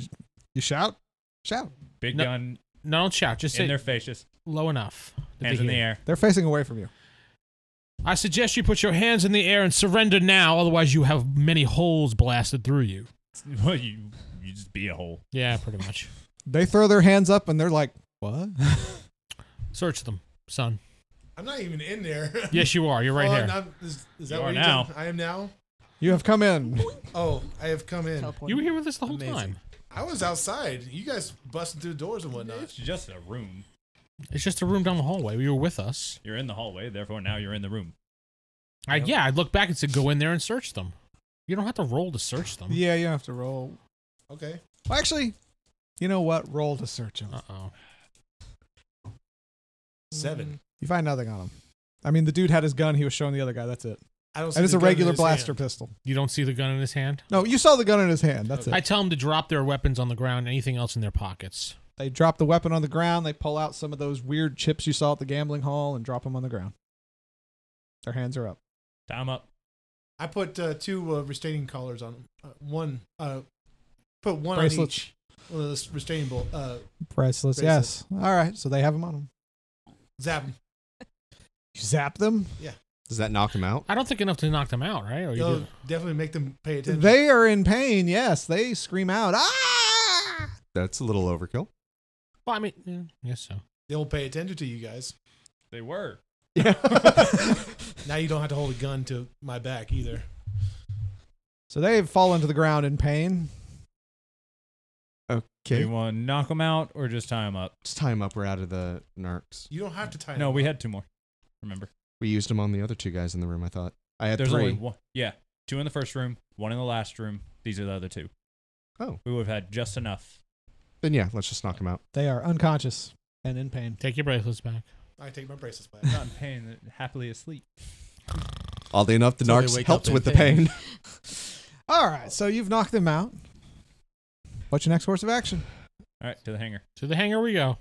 S1: you shout, shout.
S5: Big
S3: No,
S5: gun
S3: No, don't shout. Just
S5: in
S3: sit
S5: their faces.
S3: low enough. that
S5: Hands
S3: they
S5: in the
S3: hear.
S5: air.
S1: They're facing away from you.
S3: I suggest you put your hands in the air and surrender now, otherwise you have many holes blasted through you.
S5: Well, you you just be a hole.
S3: Yeah, pretty much.
S1: They throw their hands up and they're like, what?
S3: Search them, son.
S6: I'm not even in there.
S3: Yes, you are. You're right
S6: Oh,
S3: here.
S6: I'm- is, is that
S5: You
S6: what
S5: are
S6: you're
S5: now.
S6: doing? I am now.
S1: You have come in.
S6: Oh, I have come in.
S8: Teleport.
S3: You were here with us the whole
S6: Amazing.
S3: time.
S6: I was outside. You guys busting through doors and
S5: It's
S6: whatnot.
S5: just a room.
S3: It's just a room down the hallway. You were with us.
S5: You're in the hallway, therefore now you're in the room.
S3: I, yeah, I looked back and said, go in there and search them. You don't have to roll to search them.
S1: yeah, you have to roll.
S6: Okay.
S1: Well, actually, you know what? Roll to search him.
S3: Uh oh.
S6: Seven.
S1: You find nothing on him. I mean, the dude had his gun. He was showing the other guy. That's it.
S6: I don't. see
S1: And it's
S6: the
S1: a
S6: gun in
S1: regular
S6: his
S1: blaster
S6: hand.
S1: pistol.
S3: You don't see the gun in his hand?
S1: No, you saw the gun in his hand. That's
S3: I
S1: it.
S3: tell them to drop their weapons on the ground, anything else in their pockets.
S1: They drop the weapon on the ground. They pull out some of those weird chips you saw at the gambling hall and drop them on the ground. Their hands are up.
S5: Time up.
S6: I put uh, two uh, restraining collars on him. Uh, one. Uh, put one
S1: Bracelets.
S6: on each. One of those restraining bull. Uh,
S1: Priceless.
S6: Bracelets.
S1: Yes. All right. So they have them on them.
S6: zap him.
S1: You zap them.
S4: Does that knock him
S6: Oh.
S4: out?
S3: I don't think enough to knock them out, right? Or you
S6: They'll
S3: do-
S6: definitely make them pay attention.
S1: Oh, They are in pain. Yes. They scream out. Ah!
S4: That's a little overkill.
S3: Well, I mean, yeah, yes, so.
S6: they won't pay attention to you guys.
S5: They were.
S4: Yeah.
S6: Now you don't have to hold a gun to my back either.
S1: So they've fallen to the ground in pain.
S5: Do
S4: okay.
S5: you want to knock them out or just tie them up?
S4: It's time up. We're out of the narcs.
S6: You don't have to tie.
S5: No,
S6: him
S5: we
S6: up.
S5: had two more. Remember?
S4: We used him on the other two guys in the room. I thought I had
S5: There's
S4: three.
S5: only one. Yeah, two in the first room, one in the last room. These are the other two.
S4: Oh.
S5: we would have had just enough.
S4: Then yeah, let's just knock him out.
S1: They are unconscious and in pain.
S3: Take your bracelets back.
S6: I take my bracelets back.
S5: Not in pain, happily asleep.
S4: Oddly enough, the
S2: So they
S4: narcs
S2: wake
S4: helped
S2: up in
S4: with the
S2: pain.
S4: pain.
S1: All right. So you've knocked them out. What's your next course of action?
S5: All right, to the hangar.
S3: To the hangar we go.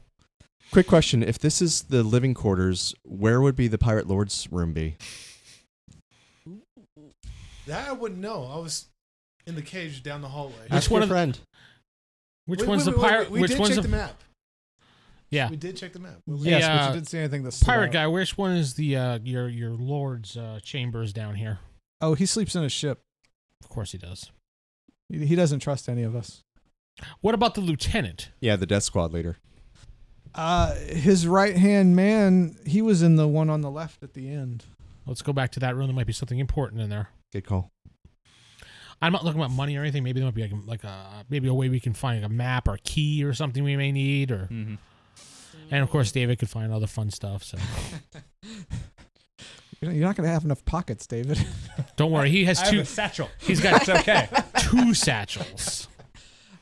S4: Quick question: If this is the living quarters, where would be the pirate lord's room be?
S6: That I wouldn't know. I was in the cage down the hallway.
S3: That's
S4: Ask
S3: one
S4: your
S3: of the-
S4: friend.
S3: Which
S6: Wait,
S3: one's
S6: wait,
S3: the
S6: wait, wait,
S3: pirate?
S6: We
S3: Which
S6: did
S3: one's
S6: check
S3: the,
S6: the map.
S3: yeah
S6: We did check the map.
S1: Yes,
S3: Yeah.
S1: but you didn't see anything. This
S3: pirate guy? Which one is the uh, your your lord's uh, chambers down here?
S1: Oh, he sleeps in a ship.
S3: Of course he does.
S1: He he doesn't trust any of us.
S3: What about the lieutenant?
S4: Yeah, the death squad leader.
S1: Uh, his right hand man, he was in the one on the left at the end.
S3: Let's go back to that room. There might be something important in there.
S4: Good call.
S3: I'm not looking about money or anything. Maybe there might be like, like a maybe a way we can find a map or a key or something we may need. Or
S5: Mm-hmm.
S3: and of course David could find other fun stuff. So
S1: You know, You're not going to have enough pockets, David.
S3: don't worry. He has
S5: I have
S3: two.
S5: a satchel.
S3: He's got
S5: It's okay.
S3: two satchels.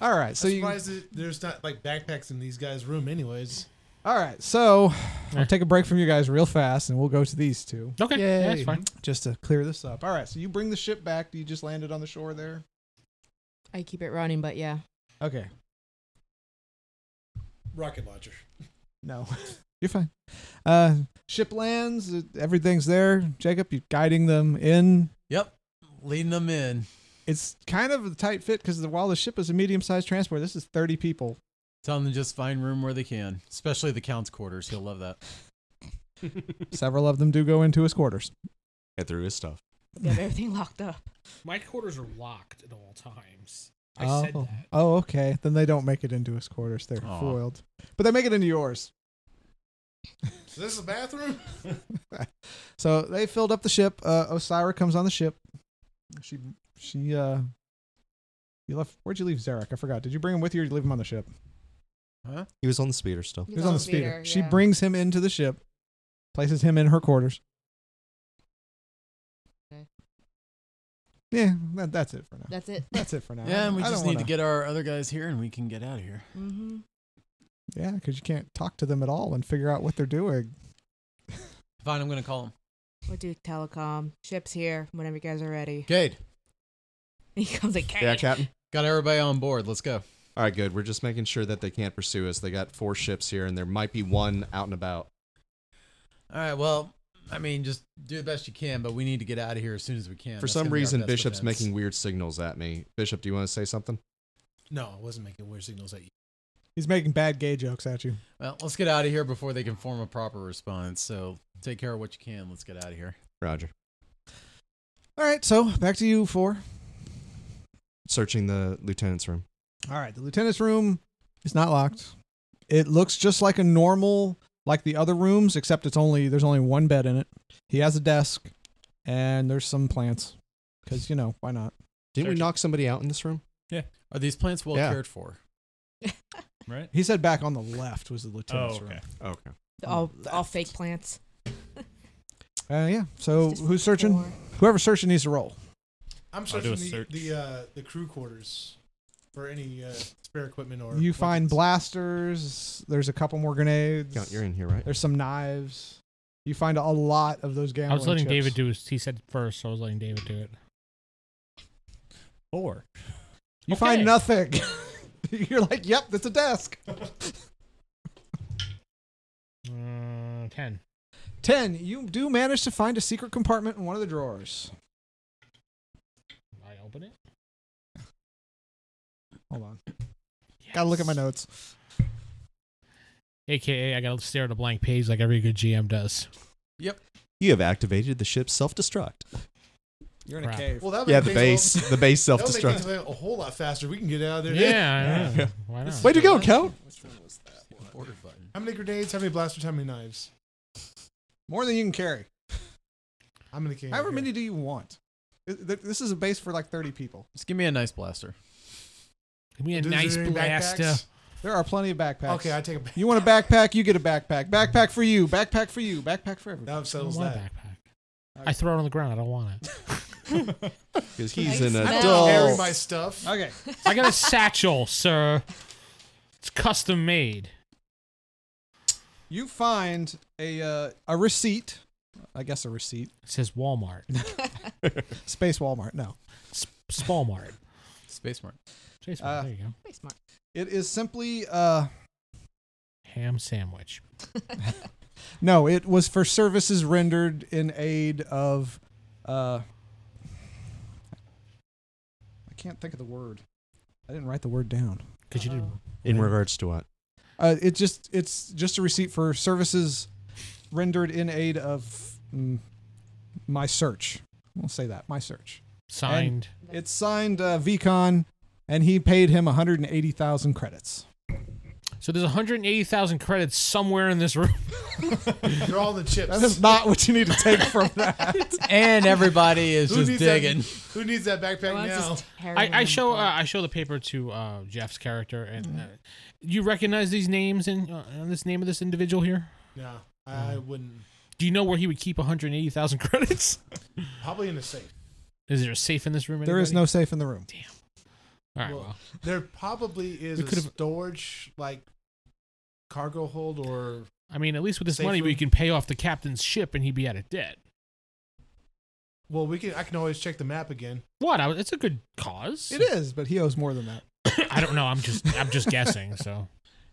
S1: All right, so
S6: I'm
S1: you.
S6: surprised that there's not like backpacks in these guys' room, anyways.
S1: All right, so
S3: Eh.
S1: I'll take a break from you guys real fast, and we'll go to these two
S3: Okay, yeah, that's
S1: Yay.
S3: fine.
S1: just to clear this up. All right, so you bring the ship back. Do you just land it on the shore there?
S8: I keep it running, but yeah.
S1: Okay,
S6: Rocket launcher.
S1: no. You're fine. Uh, ship lands. uh, Everything's there. Jacob, you guiding them in.
S2: Yep. Leading them in.
S1: It's kind of a tight fit because while the ship is a medium-sized transport, this is 30 people.
S2: Tell them to just find room where they can, especially the count's quarters. He'll love that.
S1: Several of them do go into his quarters.
S4: Get through his stuff.
S8: They have everything locked up.
S3: My quarters are locked at all times. I
S1: Oh.
S3: said that.
S1: Oh, okay. Then they don't make it into his quarters. They're
S2: Aw.
S1: foiled, but they make it into yours.
S6: So this is the bathroom.
S1: So they filled up the ship. Uh, Osira comes on the ship. She she uh. You left. Where'd you leave Zarek? I forgot. Did you bring him with you, or did you leave him on the ship?
S4: He was on the speeder still.
S1: He was on the speeder. She brings him into the ship, places him in her quarters.
S8: Okay.
S1: Yeah, that, that's it for now.
S8: That's it.
S1: That's it for now.
S2: Yeah, and we
S1: I
S2: just
S1: don't
S2: need to
S1: wanna-
S2: get our other guys here and we can get out of here.
S8: Mm-hmm.
S1: Yeah, because you can't talk to them at all and figure out what they're doing.
S2: Fine, I'm going to call him.
S8: We'll do telecom. Ship's here whenever you guys are ready.
S2: Cade,
S8: He comes like,
S4: Yeah,
S8: "Kate."
S4: Captain.
S2: got everybody on board. Let's go.
S4: All right, good. We're just making sure that they can't pursue us. They got four ships here, and there might be one out and about.
S2: All right, well, I mean, just do the best you can, but we need to get out of here as soon as we can.
S4: For
S2: That's
S4: some
S2: gonna be our
S4: reason,
S2: best
S4: Bishop's
S2: defense.
S4: making weird signals at me. Bishop, do you want to say something?
S6: No, I wasn't making weird signals at you.
S1: He's making bad gay jokes at you.
S2: Well, let's get out of here before they can form a proper response. So take care of what you can. Let's get out of here.
S4: Roger.
S1: All right, so back to you four.
S4: Searching the lieutenant's room.
S1: All right, the lieutenant's room is not locked. It looks just like a normal, like the other rooms, except it's only there's only one bed in it. He has a desk, and there's some plants, because you know why not?
S4: Didn't we
S5: Searching.
S4: knock somebody out in this room?
S2: Are these plants well
S4: Yeah.
S2: cared for?
S5: right?
S1: He said back on the left was the
S5: Oh,
S1: lieutenant's
S5: okay.
S4: Okay.
S8: all, all fake plants.
S1: room. Uh, yeah. So
S8: Just
S1: who's searching?
S8: four.
S1: Whoever's searching needs to roll.
S6: I'm
S5: I'll do
S6: searching
S5: a
S6: the
S5: search.
S6: the uh, the crew quarters for any uh, spare equipment or
S1: You find
S6: weapons.
S1: blasters. There's a couple more grenades.
S4: Count, you're in here, right?
S1: There's some knives. You find a lot of those gambling.
S3: I was letting
S1: chips.
S3: David do his. He said first, so I was letting David do it.
S5: Four.
S1: You
S3: Okay.
S1: find nothing. you're like, yep, that's a desk.
S3: Mm, Ten.
S1: 10. You do manage to find a secret compartment in one of the drawers.
S3: I open it.
S1: Hold on. Gotta look at my
S3: Yes.
S1: notes.
S3: AKA, I gotta stare at a blank page like every good GM does.
S4: You have activated the ship's self-destruct.
S1: You're
S3: in a Crap. cave.
S6: Well, that would
S4: Yeah, the
S6: make things
S4: base. The base
S6: A, that would make
S4: self-destruct.
S6: things a whole lot faster. We can get out of there.
S3: Yeah, I know.
S4: Yeah.
S3: why not?
S4: Way to go, Count.
S2: Order button.
S6: How many grenades? How many blasters? How many knives?
S1: More than you can carry.
S6: I'm gonna carry.
S1: However many do you want? Th- th- This is a base for like 30 people.
S2: Just give me a nice blaster.
S3: Give me a nice uh, blaster.
S1: There are plenty of backpacks.
S6: Okay, I take a.
S1: you want a backpack? You get a backpack. Backpack for you. Backpack for you. Backpack for everybody.
S6: That
S3: I don't
S6: settles
S3: want a
S6: that.
S3: backpack. I throw it on the ground. I don't want it.
S4: Because he's
S8: I
S4: an
S8: smell.
S6: Carry
S4: adult.
S6: my stuff.
S1: Okay.
S3: I got a satchel, sir. It's custom made.
S1: You find a uh, a receipt. I guess a receipt.
S3: It says Walmart.
S1: Space Walmart. No.
S3: Spalmart.
S2: Space Mark.
S3: Chase
S1: Uh,
S3: there you go.
S8: Pretty smart.
S1: It is simply uh
S3: Ham sandwich.
S1: no, it was for services rendered in aid of uh I can't think of the word. I didn't write the word down.
S3: Because you didn't.
S4: In regards to what?
S1: Uh it just it's just a receipt for services rendered in aid of mm, my search. We'll say that, my search.
S3: Signed.
S1: It's signed uh, Vicon and he paid him 180,000 credits.
S3: so there's 180,000 credits somewhere in this room.
S6: They're all the chips.
S1: That is not what you need to take from that.
S2: And everybody is
S6: Who
S2: just
S6: needs
S2: digging.
S6: That, who needs that backpack
S8: Well, that's
S6: now?
S8: just tearing
S3: I, I
S8: them
S3: show uh,
S8: apart.
S3: I show the paper to uh, Jeff's character, and uh, you recognize these names and uh, and this name of this individual here.
S6: No, I, I wouldn't.
S3: Do you know where he would keep 180,000 credits?
S6: Probably in a safe.
S3: Is there a safe in this room?
S1: there is
S3: anybody?
S1: no safe in the room.
S3: All right.
S6: Well,
S3: Well,
S6: There probably is
S3: We
S6: a
S3: could've-
S6: storage like cargo hold or
S3: I mean, at least with this
S6: safe
S3: money, we
S6: room?
S3: can pay off the captain's ship, and he'd be out of debt.
S6: well we can I can always check the map again.
S3: What? I, was- it's a good cause.
S1: It is, but he owes more than that.
S3: I don't know. I'm just I'm just guessing. So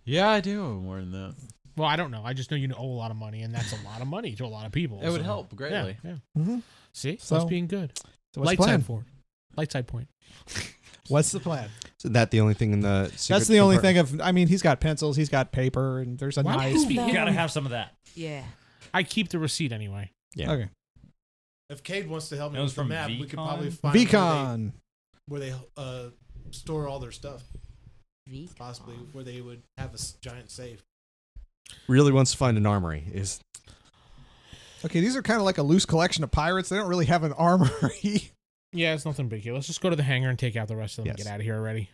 S2: Yeah, I do. More than that.
S3: Well, I don't know. I just know you owe a lot of money, and that's a lot of money to a lot of people.
S2: It would
S3: so-
S2: help
S3: Yeah,
S2: greatly.
S3: yeah.
S1: Mm-hmm.
S3: See,
S1: So-
S3: that's being good.
S1: So what's
S3: Light
S1: the plan?
S3: side forward. Light side point.
S1: What's the plan?
S4: So that the only thing in the secret
S1: That's the only
S4: compartment?
S1: thing. Of I mean, he's got pencils, he's got paper, and there's a
S3: Why
S1: knife.
S3: would
S5: You
S7: Ooh.
S5: gotta have some of that.
S8: Yeah.
S3: I keep the receipt anyway.
S4: Yeah.
S1: Okay,
S6: If Cade wants to help me
S5: That was
S6: with the
S5: from
S6: map, we could probably
S5: Vcon?
S6: find
S1: Beacon.
S6: where they, where they uh, store all their stuff,
S8: V.
S6: possibly where they would have a s- giant safe.
S4: Really wants to find an armory. Is
S1: Okay, these are kind of like a loose collection of pirates. They don't really have an armory.
S3: Yeah, it's nothing big here. Let's just go to the hangar and take out the rest of them. and
S1: Yes.
S3: Get out of here already.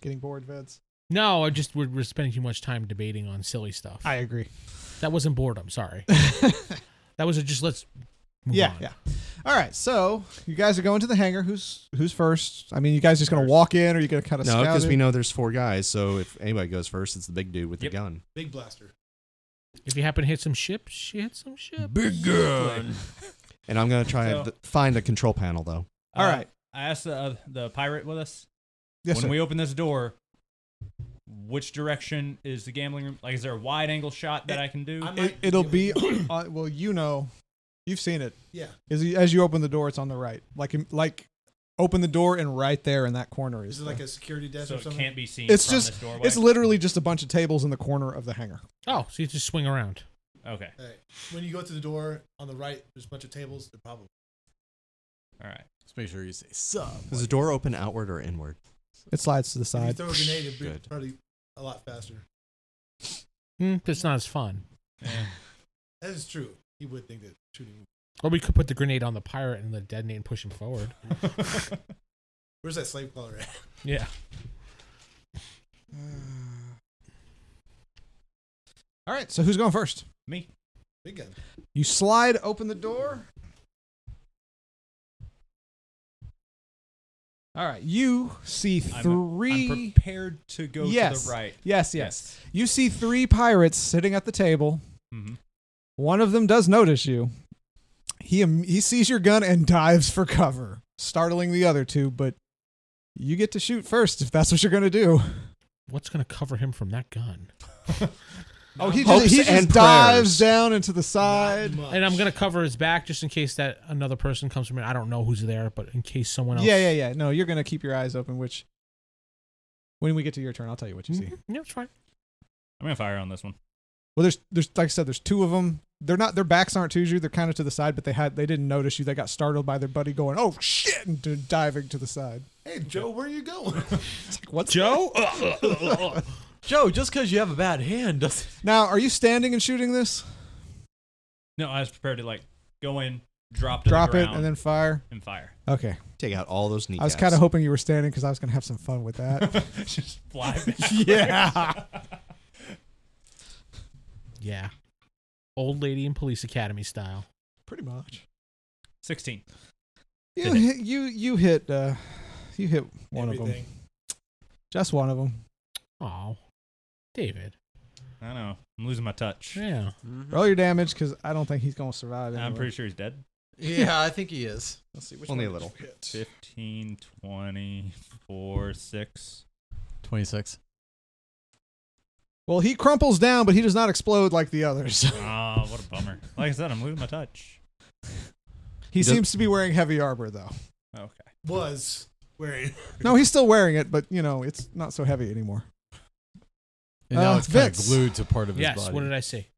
S1: Getting bored, Veds.
S3: No, I just we're, we're spending too much time debating on silly stuff.
S1: I agree.
S3: that wasn't boredom. Sorry, that was a just let's. Move
S1: yeah,
S3: on.
S1: yeah. All right, so you guys are going to the hangar. Who's who's first? I mean, you guys just gonna walk in, or you gonna kind of
S4: no,
S1: scout
S4: because
S1: it?
S4: we know there's four guys. So if anybody goes first, it's the big dude with
S5: Yep.
S4: the gun.
S6: Big blaster.
S3: If you happen to hit some ship, she hit some ship.
S4: Big
S1: Uh,
S4: gun. And I'm gonna try
S5: So-
S4: to find a control panel though.
S1: All
S5: Uh,
S1: right.
S5: I asked the uh, the pirate with us
S1: Yes,
S5: when
S1: sir.
S5: we open this door. Which direction is the gambling room? Like, is there a wide angle shot that I can do?
S6: I'm-
S1: It, it'll be uh, well. You know, you've seen it.
S6: Yeah.
S1: As you, as you open the door, it's on the right. Like like, open the door and right there in that corner is.
S6: Is it
S1: the-
S6: like a security desk
S5: so
S6: or
S5: it
S6: something?
S5: can't be seen.
S1: it's
S5: from
S1: just
S5: this doorway?
S1: it's literally just a bunch of tables in the corner of the hangar.
S3: Oh, so you just swing around.
S5: okay.
S6: Alright. When you go to the door on the right, there's a bunch of tables. They're probably
S5: All right.
S2: Just make sure you say sub.
S4: Does the door open outward or inward?
S1: It slides to the
S6: if you
S1: side.
S6: throw a grenade, it'd be
S4: Good.
S6: probably a lot faster.
S3: Mm, it's not as fun.
S6: That is true. He would think that shooting.
S3: Or we could put the grenade on the pirate and the detonate and push him forward.
S6: Where's that slave collar at?
S3: Yeah.
S1: All right, so who's going first?
S5: Me.
S6: Big gun.
S1: You slide open the door. All right, you see
S5: I'm-
S1: 3
S5: I'm prepared to go to
S1: Yes.
S5: the right.
S1: yes, yes. You see three pirates sitting at the table.
S5: Mhm.
S1: One of them does notice you. He im- he sees your gun and dives for cover, startling the other two. But you get to shoot first if that's what you're gonna do.
S3: What's gonna cover him from that gun?
S1: Oh, he
S4: Hopes
S1: just, he just
S4: and
S1: dives
S4: prayers.
S1: down into the side.
S6: Not much.
S3: And I'm gonna cover his back just in case that another person comes from it. I don't know who's there, but in case someone else.
S1: Yeah, yeah, yeah. No, you're gonna keep your eyes open. Which, when we get to your turn, I'll tell you what you see.
S3: Mhm. Yeah, it's fine.
S5: I'm gonna fire on this one.
S1: Well, there's there's like I said, there's two of them. They're not their backs aren't to you. They're kind of to the side, but they had they didn't notice you. They got startled by their buddy going, "Oh shit!" and d- diving to the side.
S6: Hey, Joe, where are you going?
S1: What's
S3: Joe.
S2: Joe, just because you have a bad hand doesn't.
S1: now? Are you standing and shooting this?
S5: No, I was prepared to like go in, drop to
S1: Drop
S5: the
S1: it
S5: ground,
S1: and then fire.
S5: and fire.
S1: Okay.
S4: Take out all those kneecaps.
S1: I was kind of hoping you were standing because I was gonna have some fun with that.
S5: Just fly back.
S1: yeah.
S3: yeah. Old lady in police academy style.
S1: Pretty much.
S5: Sixteen.
S1: You
S5: Did
S1: hit, you you hit uh, you hit one of them.
S6: Everything.
S1: Just one of them.
S3: Oh, David.
S5: I don't know. I'm losing my touch.
S3: Yeah.
S2: Mm-hmm.
S1: Roll your damage because I don't think he's gonna survive. Anyway.
S5: I'm pretty sure he's dead.
S2: Yeah, I think he is.
S1: Let's see. Which
S4: Only
S1: one
S4: a
S1: did
S4: little.
S1: you hit?
S5: 15, 24, 6.
S2: 26.
S1: Well, he crumples down, but he does not explode like the others.
S5: Ah, what a bummer. Like I said, I'm losing my touch.
S1: He
S4: does-
S1: seems to be wearing heavy armor, though.
S5: Okay.
S6: Was wearing.
S1: No, he's still wearing it, but you know it's not so heavy anymore.
S2: And now
S1: Uh,
S2: it's kind of
S1: Vince.
S2: glued to part of his
S3: Yes.
S2: body.
S3: What did I say?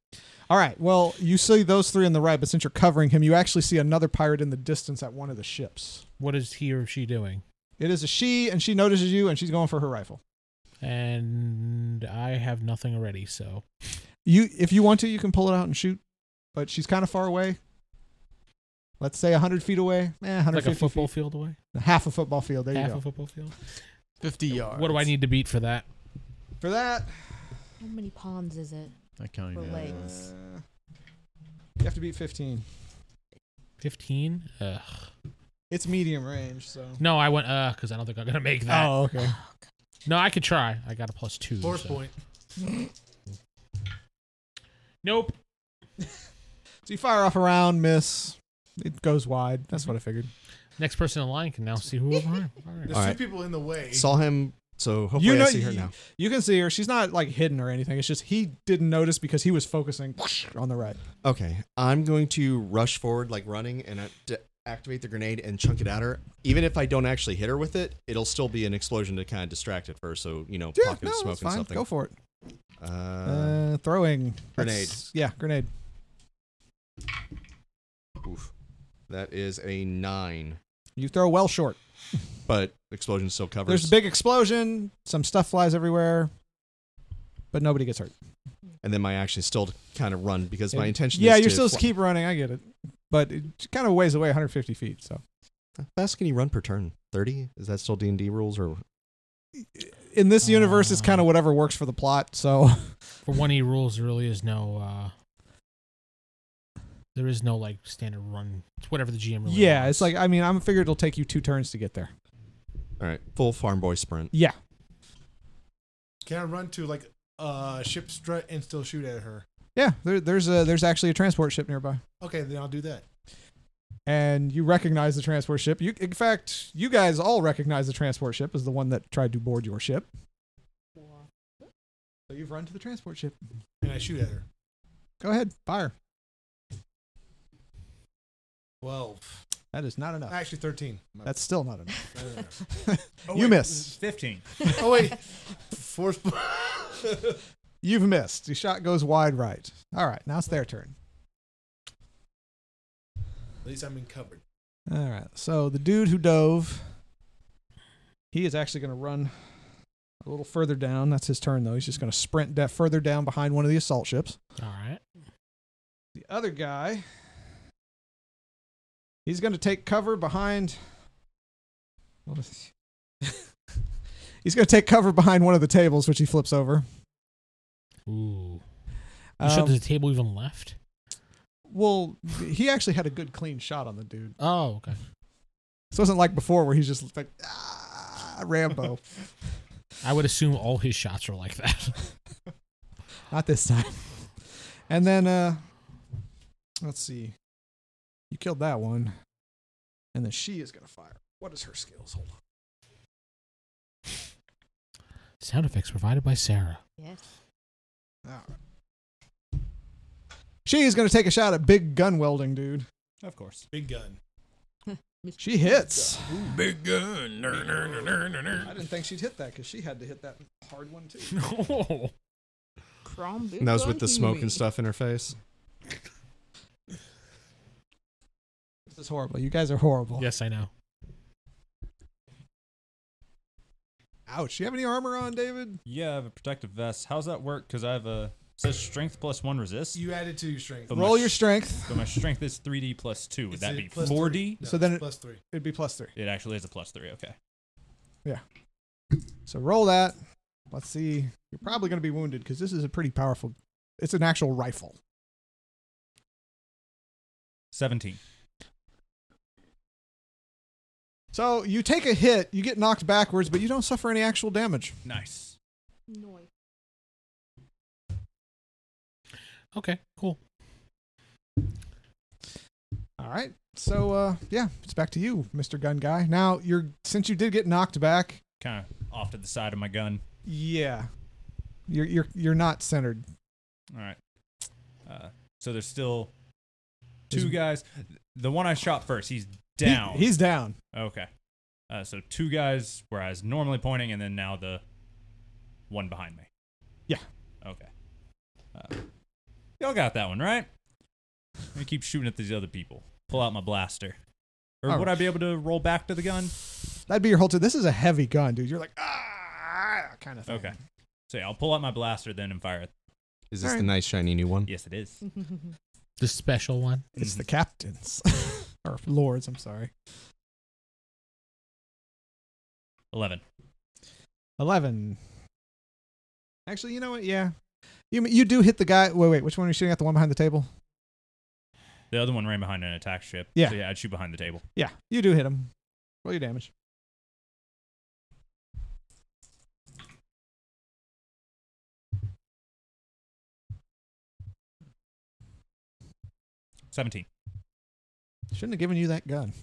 S1: All right. Well, you see those three on the right, but since you're covering him, you actually see another pirate in the distance at one of the ships.
S3: What is he or she doing?
S1: It is a she, and she notices you, and she's going for her rifle.
S3: And I have nothing already, so
S1: You, if you want to, you can pull it out and shoot, but she's kind of far away. Let's say 100 feet away. Eh,
S3: like
S1: 150
S3: a football field away,
S1: feet. half a football field. There
S3: half
S1: you
S3: a
S1: go.
S3: football field.
S2: 50 yards.
S3: What do I need to beat for that?
S1: For that,
S8: How many pawns is it?
S2: I can't
S8: For
S2: even.
S8: legs.
S1: uh, you have to beat 15.
S3: Fifteen. Ugh.
S1: It's medium range, so.
S3: No, I went uh because I don't think I'm gonna make that.
S1: Oh, okay.
S3: No, I could try. I got a plus two.
S6: Force
S3: so-
S6: point.
S3: Nope.
S1: So you fire off around, miss. It goes wide. That's what I figured.
S3: Next person in line can now see who over. All right.
S6: There's two
S4: Alright.
S6: people in the way.
S4: saw him So hopefully
S1: know-
S4: I see her now.
S1: You can see her. She's not like hidden or anything. It's just he didn't notice because he was focusing on the right.
S4: Okay, I'm going to rush forward like running and uh, d- activate the grenade and chunk it at her. Even if I don't actually hit her with it, it'll still be an explosion to kind of distract it first. So you know,
S1: Yeah,
S4: pocket
S1: no,
S4: of smoke
S1: that's fine.
S4: and something.
S1: Go for it.
S4: uh,
S1: Uh, throwing
S4: grenade.
S1: That's- Yeah, grenade.
S4: oof. That is a nine,
S1: You throw well short.
S4: but explosion still covers.
S1: There's a big explosion. Some stuff flies everywhere, but nobody gets hurt.
S4: and then my action is still to kind of run because my intention.
S1: Yeah,
S4: is
S1: you're
S4: to
S1: supposed
S4: fly-
S1: to keep running. I get it, but it kind of weighs away 150 feet. So
S4: How fast can you run per turn? Thirty? Is that still D and D rules or?
S1: in this
S4: Uh,
S1: universe, it's kind of whatever works for the plot. So
S3: For one E rules, there really is no. uh There is no like standard run. It's whatever the GM. Really
S1: yeah,
S3: wants.
S1: it's like I mean, I'm figured it'll take you two turns to get there.
S4: All right, full farm boy sprint.
S1: Yeah,
S6: Can I run to like a ship strut and still shoot at her?
S1: yeah. There, there's a there's actually a transport ship nearby.
S6: Okay, then I'll do that.
S1: and you recognize the transport ship. You, in fact, you guys all recognize the transport ship as the one that tried to board your ship. So you've run to the transport ship.
S6: And I shoot at her.
S1: Go ahead, fire.
S6: Well,
S1: That is not enough.
S6: actually, thirteen. My-
S1: That's still not enough.
S6: no, no, no.
S1: You miss.
S5: Fifteen.
S6: oh wait, force.
S1: You've missed. Your shot goes wide right. All right, now it's their turn.
S6: At least I'm in covered.
S1: All right, so the dude who dove, he is actually going to run a little further down. That's his turn, though. He's just going to sprint da- further down behind one of the assault ships.
S3: all right.
S1: The other guy, he's going to take cover behind. what is- he's going to take cover behind one of the tables, which he flips over.
S3: Ooh. You sure
S1: Um,
S3: there's a table even left?
S1: well, he actually had a good clean shot on the dude.
S3: Oh, okay.
S1: This wasn't like before where he's just like ah, Rambo.
S3: I would assume all his shots are like that.
S1: Not this time. And then, uh, let's see. You killed that one, and then she is going to fire. What is her skills? Hold on.
S3: Sound effects provided by Sarah.
S8: Yes.
S1: She's going to take a shot at big gun welding, dude.
S5: Of course.
S6: Big gun.
S1: She hits.
S5: Big gun.
S1: I didn't think she'd hit that because she had to hit that hard one too.
S8: Crom-
S4: And that was with the smoke and stuff in her face.
S1: This is horrible. You guys are horrible.
S3: yes, I know.
S1: Ouch. You have any armor on, David?
S5: Yeah, I have a protective vest. How's that work? Because I have a it says strength plus one resist.
S6: You added to your strength.
S5: But
S1: Roll
S5: my
S1: your
S5: sh-
S1: strength.
S5: But my strength is 3D plus two. Would
S6: It's
S5: that
S6: a
S5: be
S6: plus
S5: 4D?
S6: No,
S1: So then
S6: it's
S1: it-
S6: plus three.
S1: It'd be plus three.
S5: It actually is a plus three. Okay.
S1: So roll that. Let's see. You're probably going to be wounded because this is a pretty powerful. It's an actual rifle.
S5: 17.
S1: So you take a hit, you get knocked backwards, but you don't suffer any actual damage.
S5: Nice.
S3: Okay, cool.
S1: All right. So uh, yeah, it's back to you, Mr. Gun Guy. Now you're since you did get knocked back,
S5: Kind of off to the side of my gun.
S1: yeah, you're you're you're not centered.
S5: All right. Uh, so there's still two
S1: There's-
S5: guys. The one I shot first, he's down.
S1: He- he's down.
S5: okay. Uh, so two guys where I was normally pointing, and then now the one behind me.
S1: Yeah.
S5: Okay. Uh, y'all got that one right. I keep shooting at these other people. Pull out my blaster. Or
S1: All
S5: would
S1: right.
S5: I be able to roll back to the gun?
S1: That'd be your whole time. This is a heavy gun, dude. You're like ah, kind of thing.
S5: Okay. So yeah, I'll pull out my blaster then and fire it.
S4: Is this
S1: All right.
S4: the nice shiny new one?
S5: Yes, it is.
S3: The special one.
S1: It's
S5: Mhm.
S1: the captains or lords. I'm sorry.
S5: 11.
S1: Eleven. Actually, you know what? Yeah, you you do hit the guy. Wait, wait. Which one are you shooting at? The one behind the table?
S5: The other one ran behind an attack ship.
S1: Yeah.
S5: So yeah, I'd shoot behind the table.
S1: Yeah, you do hit him. Roll your damage.
S5: Seventeen.
S1: Shouldn't have given you that gun.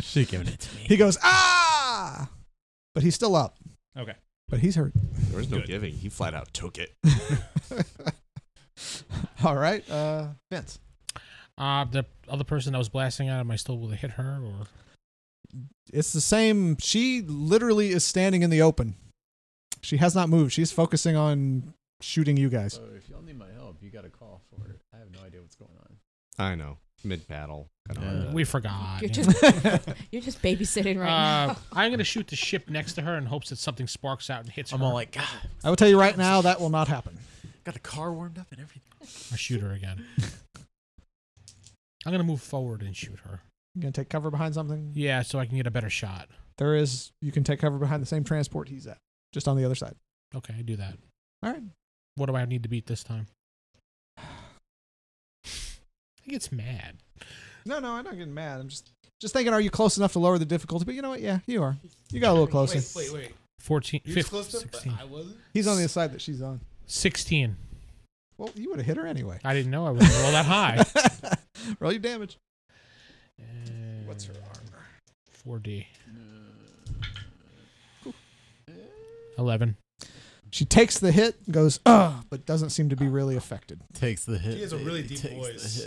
S3: She giving it to me.
S1: He goes ah, but he's still up.
S5: Okay.
S1: But he's hurt.
S4: There was no
S5: Good.
S4: giving. He flat out took it.
S1: All right, uh, Vince.
S3: Uh, the other person I was blasting at, am I still able to hit her? Or
S1: It's the same. She literally is standing in the open. She has not moved. She's focusing on shooting you guys.
S2: So if y'all need my help, you got to call for it. I have no idea what's going on.
S4: I know. Mid battle.
S2: Yeah.
S3: we forgot.
S8: You're
S3: Yeah.
S8: just you're just babysitting right
S3: uh, I'm gonna shoot the ship next to her in hopes that something sparks out and hits
S2: I'm
S3: her.
S2: all like, God,
S1: I will tell you right now that will not happen.
S2: got the car warmed up and everything.
S3: I shoot her again. I'm gonna move forward and shoot her.
S1: You gonna take cover behind something?
S3: Yeah, so I can get a better shot.
S1: There is. You can take cover behind the same transport he's at, just on the other side.
S3: Okay, I do that.
S1: All right.
S3: What do I need to beat this time? He gets mad.
S1: No, no, I'm not getting mad. I'm just just thinking, are you close enough to lower the difficulty? But you know what? Yeah, you are. You got a little closer.
S6: Wait, wait, wait.
S3: 14,
S6: You was
S3: 15,
S6: close to, but
S3: 16.
S6: I wasn't.
S1: He's on the side that she's on.
S3: 16.
S1: Well, you would have hit her anyway.
S3: I didn't know I was gonna roll that high.
S1: Roll your damage.
S3: What's her armor? Uh, 4D. 11.
S1: She takes the hit, goes, ugh, but doesn't seem to be really affected.
S2: Takes the hit.
S6: He has a really deep voice.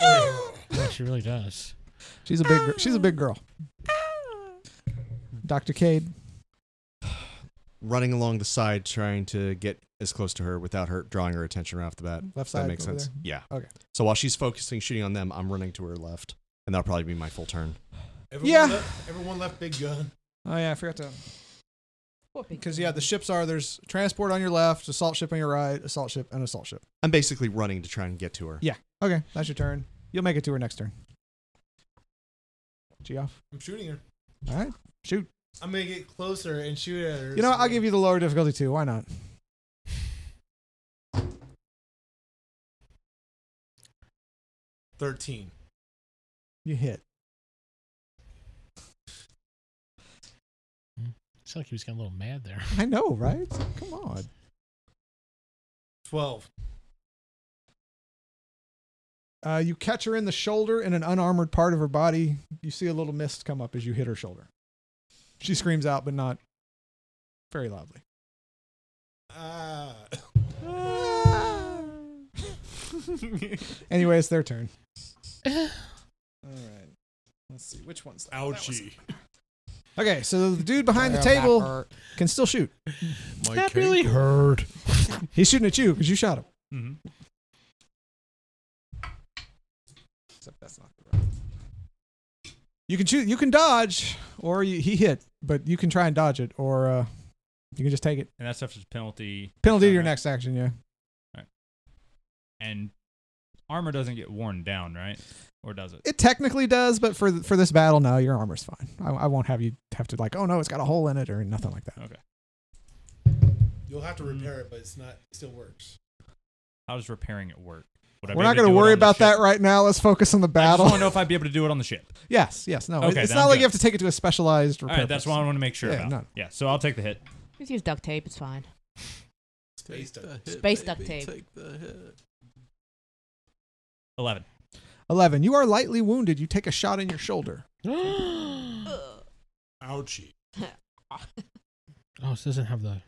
S3: Yeah, she really does.
S1: She's a big gir- she's a big girl. Dr. Cade.
S4: Running along the side, trying to get as close to her without her drawing her attention right off the bat.
S1: Left
S4: If
S1: side
S4: that makes
S1: over
S4: sense. Yeah.
S1: Okay.
S4: So while she's focusing, shooting on them, I'm running to her left, and that'll probably be my full turn.
S6: Everyone
S1: Yeah.
S6: Left, everyone left big gun.
S1: Oh yeah, I forgot to
S8: now.
S1: because yeah, the ships are there's transport on your left, assault ship on your right, assault ship, and assault ship.
S4: I'm basically running to try and get to her.
S1: Okay, that's your turn. You'll make it to her next turn. She off.
S6: I'm shooting her.
S1: All right. Shoot.
S6: I'm gonna get closer and shoot at her.
S1: You know, what? I'll give you the lower difficulty too. Why not?
S6: thirteen.
S1: You hit.
S3: It's like he was getting a little mad there.
S1: I know, right? Come on.
S6: 12.
S1: Uh, you catch her in the shoulder in an unarmored part of her body. You see a little mist come up as you hit her shoulder. She screams out, but not very loudly.
S6: Ah.
S1: anyway, it's their turn. All right. Let's see which one's Oh, that one. That one's-
S6: Ouchie.
S1: Okay, so the dude behind the table can still shoot.
S3: that really hurt.
S1: He's shooting at you because you shot him.
S5: Mhm.
S1: Except that's not the right. You can shoot. You can dodge, or you, he hit, but you can try and dodge it, or uh, you can just take it.
S5: And that's after the penalty.
S1: Penalty to your
S5: Okay.
S1: next action. Yeah.
S5: And armor doesn't get worn down, right? Or does it?
S1: It technically does, but for th- for this battle, no, your armor's fine. I, I won't have you have to like, oh no, it's got a hole in it or nothing like that.
S6: You'll have to
S1: Mm-hmm.
S6: repair it, but it's not. It still works.
S5: How does repairing it work? Would I
S1: We're
S5: be
S1: not
S5: able
S1: going to
S5: do it
S1: worry
S5: on the
S1: about
S5: ship?
S1: that right now. Let's focus on the
S5: I just
S1: battle.
S5: want to know if I'd be able to do it on the ship.
S1: yes, yes, no.
S5: Okay,
S1: it's
S5: then
S1: not
S5: I'm
S1: like you
S5: good.
S1: have to take it to a specialized
S5: All
S1: repair.
S5: right, that's what I want to make sure
S1: Yeah,
S5: about.
S1: no.
S5: Yeah, so I'll take the hit.
S8: Just use duct tape. It's fine.
S6: Space duct.
S8: Space duct tape.
S2: Take the hit.
S5: 11.
S1: 11. You are lightly wounded. You take a shot in your shoulder.
S3: oh,
S8: Ugh.
S6: Ouchie.
S3: this doesn't have the.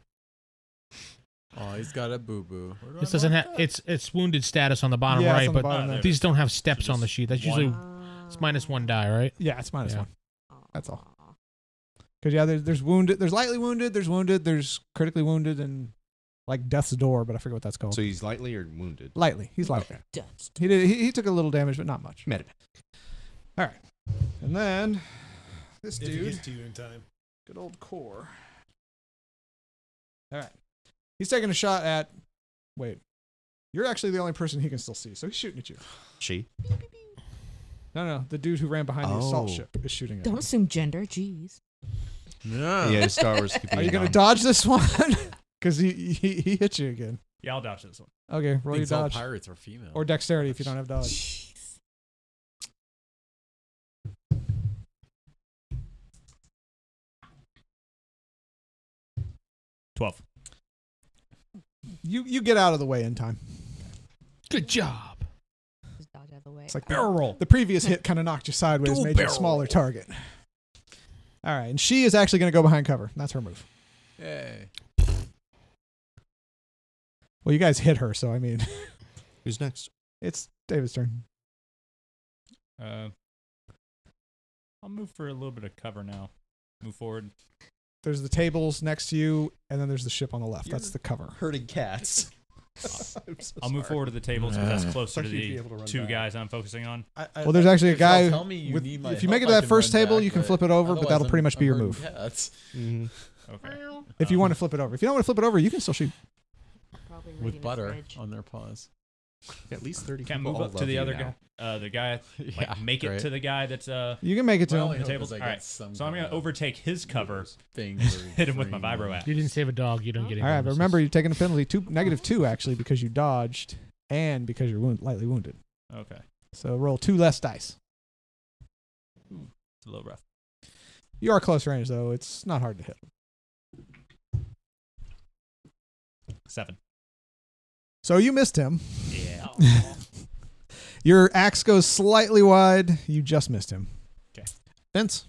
S2: Oh, he's got a boo boo.
S3: This doesn't have. It's it's wounded status on the bottom
S1: yeah, it's
S3: right,
S1: on
S3: but
S1: the bottom
S5: uh,
S1: right.
S3: these don't have steps
S5: So
S3: on the
S5: just
S3: sheet. That's
S5: one-
S3: usually it's minus one die, right?
S1: Yeah, it's minus
S3: Yeah.
S1: one. That's all. Because yeah, there's, there's wounded, there's lightly wounded, there's wounded, there's critically wounded, and like death's door, but I forget what that's called.
S4: So Oh. he's lightly or wounded.
S1: lightly, he's lightly.
S8: Dust.
S1: He did, he, he took a little damage, but not much.
S4: Medic.
S1: All right, and then this
S6: If it
S1: dude,
S6: gets to you in time.
S1: good old core. All right, he's taking a shot at. Wait, you're actually the only person he can still see, so he's shooting at you.
S4: She.
S1: No, no, the dude who ran behind the assault
S4: Oh.
S1: ship is shooting at.
S8: Don't
S1: him.
S8: assume gender. Jeez.
S2: No.
S4: Yeah, Star Wars. Um, Could be
S1: Are you
S4: a
S1: gonna
S4: non-
S1: dodge this one? Because he, he he hit you again.
S5: Yeah, I'll dodge this one.
S1: Okay, roll your
S2: Thinks all
S1: dodge
S2: pirates are female.
S1: or dexterity if you don't have dodge.
S8: Jeez.
S5: Twelve.
S1: You you get out of the way in time.
S3: Good job.
S8: Just dodge out of the way.
S1: It's like
S5: Barrel roll.
S1: The previous hit kind of knocked you sideways,
S5: Dual
S1: made you a
S5: barrel
S1: smaller
S5: roll.
S1: target. All right, and she is actually going to go behind cover. That's her move.
S2: Yay.
S1: Well, you guys hit her, so I mean,
S4: Who's next?
S1: it's David's turn.
S5: Uh, I'll move for a little bit of cover now. Move forward.
S1: There's the tables next to you, and then there's the ship on the left.
S4: You're-
S1: That's the cover.
S4: Herding cats.
S5: I'll move forward to the tables because that's closer to
S6: Suck you'd be
S5: the
S6: able to run
S5: two
S6: back.
S5: guys I'm focusing on.
S2: I, I,
S1: Well, there's actually a
S2: if y'all
S1: guy
S2: tell me you
S1: with-
S2: need my
S1: if you
S2: help,
S1: make it to
S2: I
S1: that
S2: can
S1: first
S2: run
S1: table,
S2: back,
S1: you can
S2: but
S1: flip it over, but
S2: otherwise
S1: that'll
S2: I'm-
S1: pretty much be your
S2: I'm herding
S1: move.
S2: cats.
S1: Mm-hmm.
S4: Mhm.
S5: Okay.
S1: If you want to flip it over, if you don't want to flip it over, you can still shoot.
S7: Probably
S2: With butter Oh. on their paws.
S4: At least thirty.
S5: Can I
S4: people
S5: move
S4: all
S5: up to
S4: love
S5: the
S4: you
S5: other
S4: now.
S5: guy? Uh, the guy. Like, make it
S2: right.
S5: to the guy that's. uh.
S1: You can make it to
S2: My
S1: him.
S2: only
S5: the
S2: hope
S5: tables?
S2: is I
S5: All
S2: get
S5: right.
S2: some
S5: So I'm
S2: kind
S5: gonna
S2: of
S5: overtake his cover.
S2: thing where
S5: Hit him with my
S2: you frame
S5: vibro
S2: them.
S5: axe.
S3: You didn't save a dog. You don't get any.
S1: All right, but
S3: bonuses.
S1: remember you're taking a penalty two negative two actually because you dodged and because you're wound, lightly wounded.
S5: Okay. It's
S1: So roll two less dice.
S5: a little rough.
S1: You are close range though; it's not hard to hit.
S5: Seven.
S1: So you missed him.
S5: Yeah.
S1: Your axe goes slightly wide. You just missed him.
S5: 'Kay.
S1: Vince,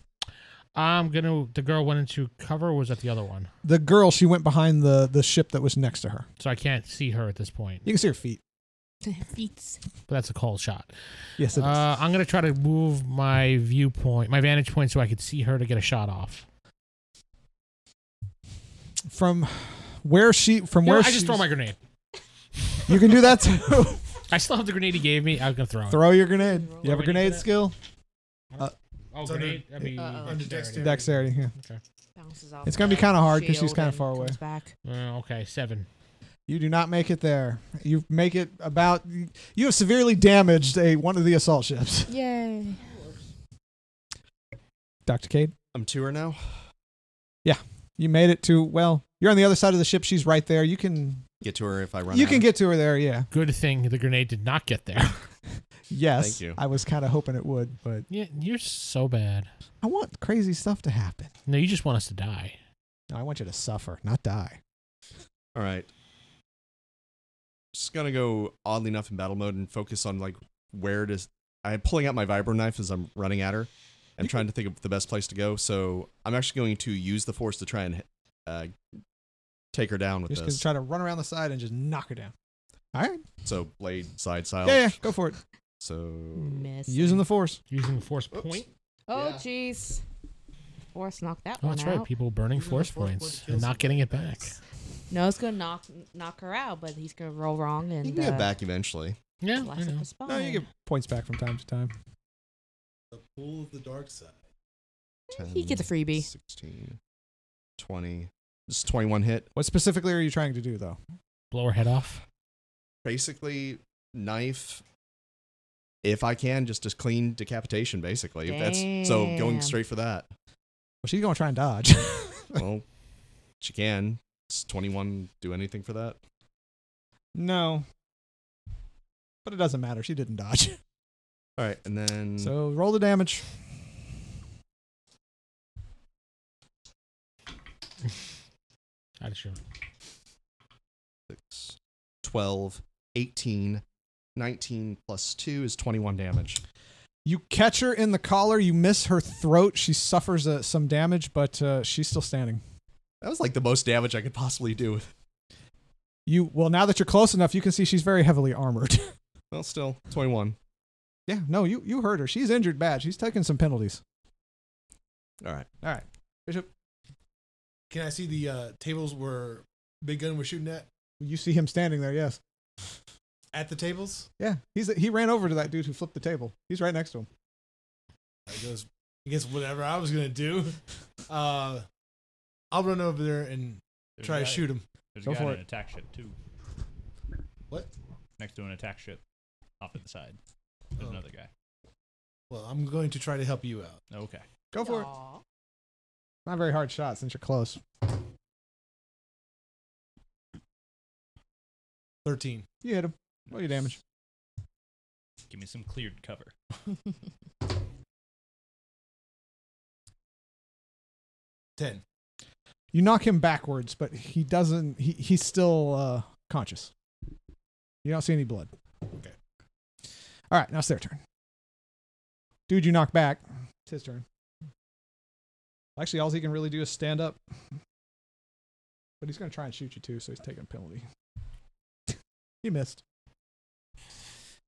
S3: I'm gonna. The girl went into cover. Or was that the other one?
S1: the girl, she went behind the the ship that was next to her.
S3: So I can't see her at this point.
S1: You can see her feet.
S7: Feats.
S3: But that's a cold shot.
S1: Yes, it is.
S3: Uh, I'm gonna try to move my viewpoint, my vantage point, so I could see her to get a shot off.
S1: From where she from
S3: You know
S1: where
S3: what? I
S1: she's-
S3: just throw my grenade.
S1: You can do that too.
S3: I still have the grenade he gave me. I'm gonna throw it.
S1: throw your grenade.
S7: Roll
S1: You have a
S3: when you do
S1: grenade
S3: that.
S1: skill.
S3: oh,
S6: It's under-
S3: grenade. That'd be
S7: Uh-oh.
S6: Under
S3: dexterity.
S1: Dexterity. Yeah.
S7: Bounces off
S1: It's gonna
S7: the
S1: be kinda hard 'cause she's
S7: shield
S1: kinda
S7: and
S1: far away.
S7: comes Back.
S3: Uh, okay, seven.
S1: You do not make it there. You make it about. You have severely damaged a one of the assault ships.
S7: Yay.
S1: Doctor Cade,
S4: I'm two or now.
S1: you made it to. Well, you're on the other side of the ship. She's right there. You can.
S4: Get to her if I run.
S1: you
S4: out.
S1: can get to her there. Yeah.
S3: Good thing the grenade did not get there.
S1: Yes.
S4: Thank you.
S1: I was kind of hoping it would, but
S3: yeah, you're so bad.
S1: I want crazy stuff to happen.
S3: No, you just want us to die.
S1: No, I want you to suffer, not die.
S4: All right. Just gonna go oddly enough in battle mode and focus on like where does I'm pulling out my vibro knife as I'm running at her. I'm trying to think of the best place to go, so I'm actually going to use the force to try and uh, take her down with
S1: You're just
S4: this.
S1: gonna try to run around the side and just knock her down. All right.
S4: so blade side style.
S1: Yeah, Mm. yeah. Go for it.
S4: So
S7: Miss.
S1: Using the force.
S3: Using the force point.
S7: Oh,
S4: Yeah.
S7: jeez. Force knocked that
S3: Oh,
S7: one
S3: that's right.
S7: out.
S3: People burning
S6: Using the
S3: force
S6: force point
S3: points
S6: kills
S3: and not getting it back.
S7: No, it's gonna knock knock her out, but he's gonna roll wrong and
S4: you can
S7: uh,
S4: get back eventually.
S3: Yeah, I
S7: slice up
S3: know.
S7: the spine.
S1: No, you get points back from time to time.
S6: The pool of the dark side.
S7: He gets a
S4: 10,
S7: freebie.
S4: 16, 20. Just 21 hit.
S1: What specifically are you trying to do, though?
S3: Blow her head off.
S4: basically knife if i can just just clean decapitation basically If that's so going
S7: Damn.
S4: straight for that
S1: Well, she's gonna try and dodge.
S4: well she can Does 21 do anything for that
S1: No. But it doesn't matter. She didn't dodge.
S4: all right and then
S1: So roll the damage.
S3: I just showed.
S4: six, 12 18 19 plus 2 is 21 damage
S1: You catch her in the collar. You miss her throat. She suffers uh, some damage, but uh, she's still standing.
S4: that was like the most damage i could possibly do
S1: You well now that you're close enough, you can see she's very heavily armored.
S4: well still 21
S1: yeah, no, you you heard her. She's injured bad. She's taking some penalties.
S4: all right
S1: All right, Bishop.
S6: Can I see the uh, tables where Big Gun was shooting at?
S1: You see him standing there. Yes.
S6: At the tables?
S1: Yeah. He's he ran over to that dude who flipped the table. He's right next to him.
S6: That goes against whatever I was gonna do. Uh, I'll run over there and
S5: There's
S6: try
S5: a
S6: to
S5: guy-
S6: shoot him.
S5: There's
S1: Go
S5: a guy
S1: for
S5: in
S1: it.
S5: an attack ship too.
S6: What?
S5: Next to an attack ship, off to the side. There's
S6: Oh.
S5: another guy.
S6: Well, I'm going to try to help you out.
S5: Okay.
S1: Go for it.
S7: Aw.
S1: Not a very hard shot since you're close.
S6: Thirteen.
S1: You hit him. Roll your damage.
S5: Give me some cleared cover.
S6: Ten.
S1: You knock him backwards, but he doesn't. He he's still uh, conscious. You don't see any blood.
S6: Okay.
S1: All right, now it's their turn. Dude, you knock back. It's his turn. Actually, all he can really do is stand up. But he's going to try and shoot you too, so he's taking a penalty. you missed.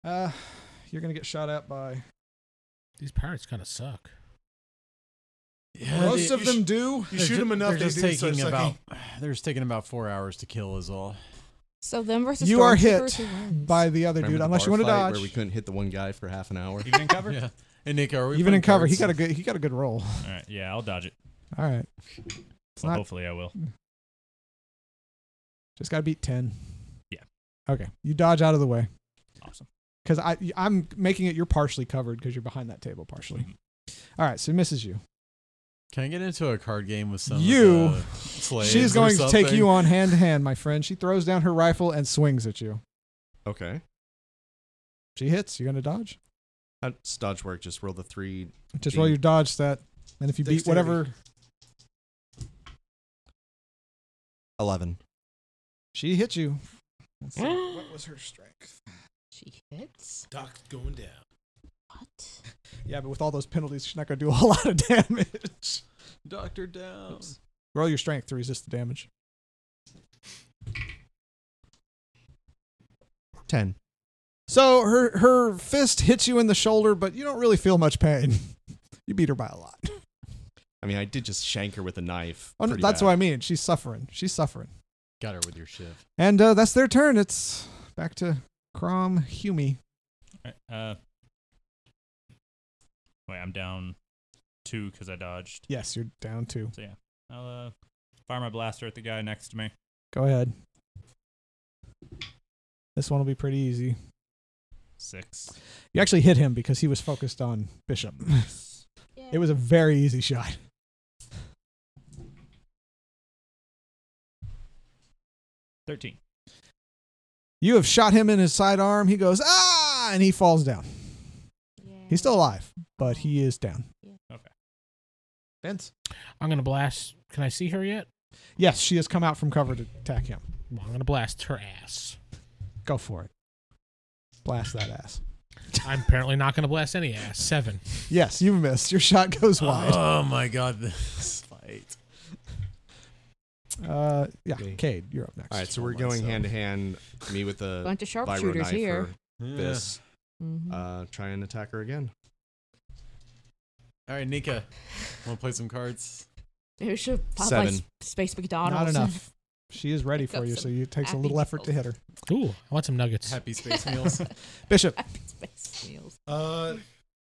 S1: Uh, you're going to get shot at by.
S3: These pirates kind of suck.
S2: Yeah,
S1: Most
S2: they-
S1: of them do.
S6: You
S2: they're
S6: shoot
S2: ju-
S6: them enough,
S2: They're
S6: they
S2: just
S6: do
S2: taking
S6: start sucking.
S2: about. They're just taking about four hours to kill. Is all.
S8: So them versus
S1: You are
S8: stormtroopers,
S1: hit
S8: who wins?
S1: by the other
S4: Remember
S1: dude,
S4: the
S1: unless you
S4: bar
S1: want to
S4: fight
S1: dodge.
S4: Where we couldn't hit the one guy for half an hour.
S5: Even in cover?
S2: Yeah. And Nick, are we
S1: Even in
S2: playing
S1: cover, he
S2: cards?
S1: got a good he got a good roll.
S5: All right. Yeah, I'll dodge it.
S1: All right,
S5: Well,
S1: not-
S5: hopefully, I will.
S1: just got to beat ten.
S5: Yeah.
S1: Okay, you dodge out of the way
S5: Awesome.
S1: because I I'm making it you're partially covered because you're behind that table partially. All right, so it misses you.
S2: Can I get into a card game with some?
S1: You-
S2: Of the slaves
S1: She's
S2: or
S1: going to take
S2: something?
S1: you on hand to hand, my friend. She throws down her rifle and swings at you.
S4: Okay.
S1: She hits. You're going to dodge.
S4: How does dodge work? Just roll the three.
S1: Just roll
S4: Beat.
S1: your dodge stat, and if you beat
S6: Dexterity.
S1: whatever
S4: 11.
S1: she hits you. Let's see, what was her strength?
S8: She hits.
S6: Doc's going down.
S8: What?
S1: Yeah, but with all those penalties, she's not going to do a whole lot of damage.
S2: Doctor down.
S1: Roll your strength to resist the damage.
S4: 10.
S1: So her her fist hits you in the shoulder, but you don't really feel much pain. You beat her by a lot.
S4: I mean, I did just shank her with a knife.
S1: Oh, no,
S4: pretty
S1: that's
S4: bad.
S1: what I mean. She's suffering. She's suffering.
S2: Got her with your shift.
S1: And uh, that's their turn. It's back to Crom Humey.
S5: All right, uh, wait, I'm down two because I dodged.
S1: Yes, you're down two.
S5: So yeah, I'll uh, fire my blaster at the guy next to me.
S1: Go ahead. This one will be pretty easy.
S5: Six.
S1: You actually hit him because he was focused on Bishop. It was a very easy shot.
S5: Thirteen.
S1: You have shot him in his sidearm. He goes, ah, and he falls down. He's still alive, but he is down.
S5: Okay.
S1: Vince?
S3: I'm gonna blast. Can I see her yet?
S1: Yes, she has come out from cover to attack him.
S3: Well, I'm gonna blast her ass.
S1: Go for it. Blast that ass.
S3: I'm apparently not gonna blast any ass. Seven.
S1: Yes, you missed. Your shot goes wide.
S2: Oh my god, this fight.
S1: Uh, yeah,
S4: Okay.
S1: Cade, you're up next.
S4: All right, so we're going hand to hand. Me with the
S8: bunch of
S4: vibro
S8: sharpshooters
S4: knife
S8: here.
S4: or
S2: This.
S4: this.
S8: Mhm.
S4: Uh, try and attack her again.
S2: All right, Nika, want to play some cards?
S8: Maybe should pop
S4: Seven.
S8: like Space McDonald's.
S1: Not enough. She is ready
S8: Pick
S1: for
S8: up
S1: you,
S8: some
S1: so you- it takes a
S8: happy
S1: little effort to hit
S8: meals.
S1: her.
S3: Ooh, I want some nuggets.
S2: Happy space meals.
S1: Bishop,
S8: Space meals.
S6: Uh,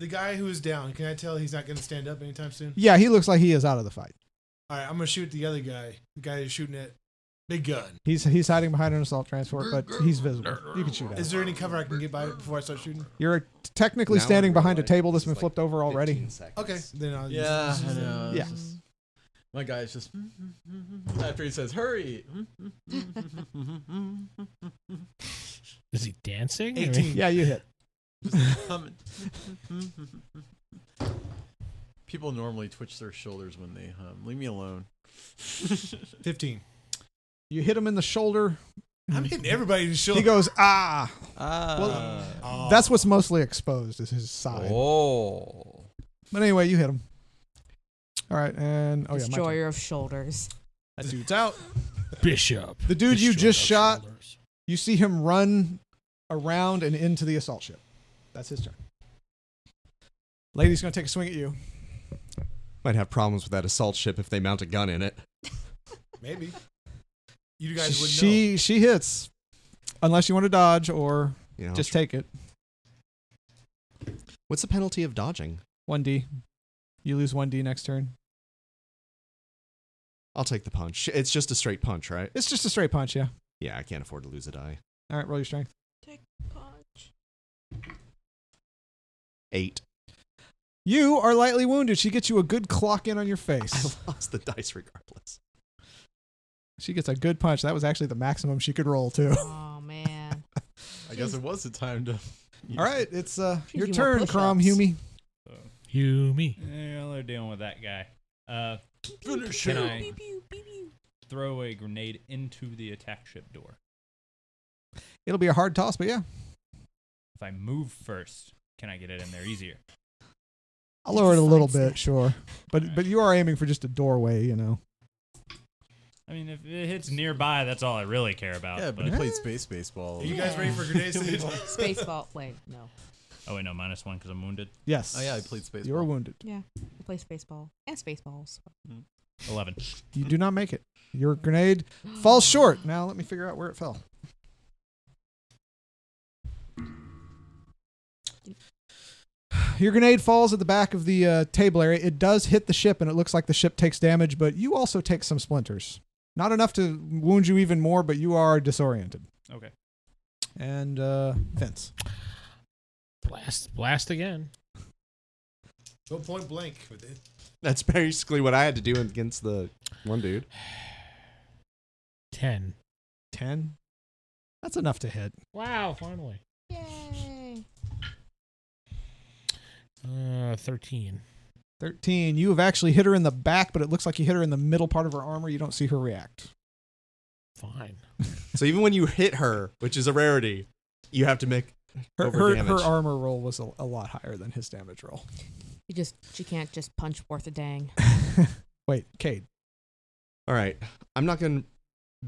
S6: the guy who is down. Can I tell he's not going to stand up anytime soon?
S1: yeah, he looks like he is out of the fight.
S6: All right, I'm gonna shoot the other guy. The guy who's shooting at Big Gun.
S1: He's he's hiding behind an assault transport, but he's visible. You can shoot at
S6: Is
S1: him.
S6: there any cover I can get by before I start shooting?
S1: You're technically
S4: Now I
S1: standing behind a
S4: realize
S1: table that's
S4: it's
S1: been
S4: like
S1: flipped over already.
S4: 15 seconds.
S6: Okay, then I'll
S2: yeah,
S6: just-
S2: I know. it's
S1: Yeah.
S2: just-
S8: Mm.
S2: my guy's just after he says, "Hurry!"
S3: Is he dancing?
S6: Eighteen.
S1: Yeah, you hit.
S2: Coming. People normally twitch their shoulders when they hum. Leave me alone.
S6: fifteen.
S1: You hit him in the shoulder.
S6: I'm hitting everybody in the shoulder.
S1: He goes, ah.
S2: Ah.
S6: Oh.
S1: That's what's mostly exposed is his side.
S2: oh.
S1: But anyway, you hit him. All right, and oh yeah, my turn.
S8: Destroyer of shoulders.
S1: that dude's out.
S3: Bishop.
S1: The dude you
S3: Destroyer
S1: just
S3: of
S1: shot-
S3: shoulders.
S1: You see him run around and into the assault ship. That's his turn. Lady's gonna take a swing at you.
S4: Might have problems with that assault ship if they mount a gun in it.
S6: Maybe. You guys wouldn't know.
S1: she she hits, unless you want to dodge or
S4: You know,
S1: just take it.
S4: what's the penalty of dodging?
S1: One D. You lose one D next turn.
S4: I'll take the punch. It's just a straight punch, right?
S1: It's just a straight punch, yeah.
S4: Yeah, I can't afford to lose a die.
S1: All right, roll your strength.
S4: Eight.
S1: You are lightly wounded. She gets you a good clock in on your
S4: I
S1: face.
S4: lost the dice regardless.
S1: She gets a good punch. That was actually the maximum she could roll too.
S8: Oh man.
S2: I guess it was the time to.
S1: All right, it's uh,
S8: She's
S1: your
S8: doing
S1: turn,
S8: push-ups.
S1: Crom Humey.
S3: You me.
S5: Yeah, they're dealing with that guy. Uh,
S2: Finish
S5: Can
S2: him.
S5: I- throw a grenade into the attack ship door.
S1: It'll be a hard toss, but yeah,
S5: If I move first, can I get it in there easier?
S1: I'll lower it a
S8: Just
S1: little
S8: sidestep.
S1: bit, sure. But but you are aiming for just a doorway, you know.
S5: I mean, if it hits nearby, that's all I really care about.
S2: Yeah, but
S5: but
S2: he played space baseball.
S6: Are you guys ready for grenade city?
S8: Space vault. Wait, no.
S5: oh wait, no, minus one because I'm wounded.
S1: Yes.
S2: Oh yeah, I played space.
S1: You are wounded.
S8: Yeah, I play spaceball and spaceballs.
S5: Eleven.
S1: You do not make it. Your grenade falls short. Now let me figure out where it fell. Your grenade falls at the back of the uh, table area. It does hit the ship, and it looks like the ship takes damage, but you also take some splinters. Not enough to wound you even more, but you are disoriented.
S5: Okay.
S1: And uh, Vince.
S3: Blast, blast again.
S6: Go point blank with it.
S4: That's basically what I had to do against the one dude.
S3: Ten.
S1: 10. That's enough to hit.
S3: Wow, finally.
S8: Yay!
S3: Uh, thirteen.
S1: 13. You have actually hit her in the back, but it looks like you hit her in the middle part of her armor. You don't see her react.
S3: Fine.
S4: So even when you hit her, which is a rarity, you have to make
S1: Her,
S4: over
S1: her, her
S4: damage.
S1: armor roll was a, a lot higher than his damage roll.
S8: You just she can't just punch worth a dang.
S1: Wait, Cade.
S4: All right, I'm not gonna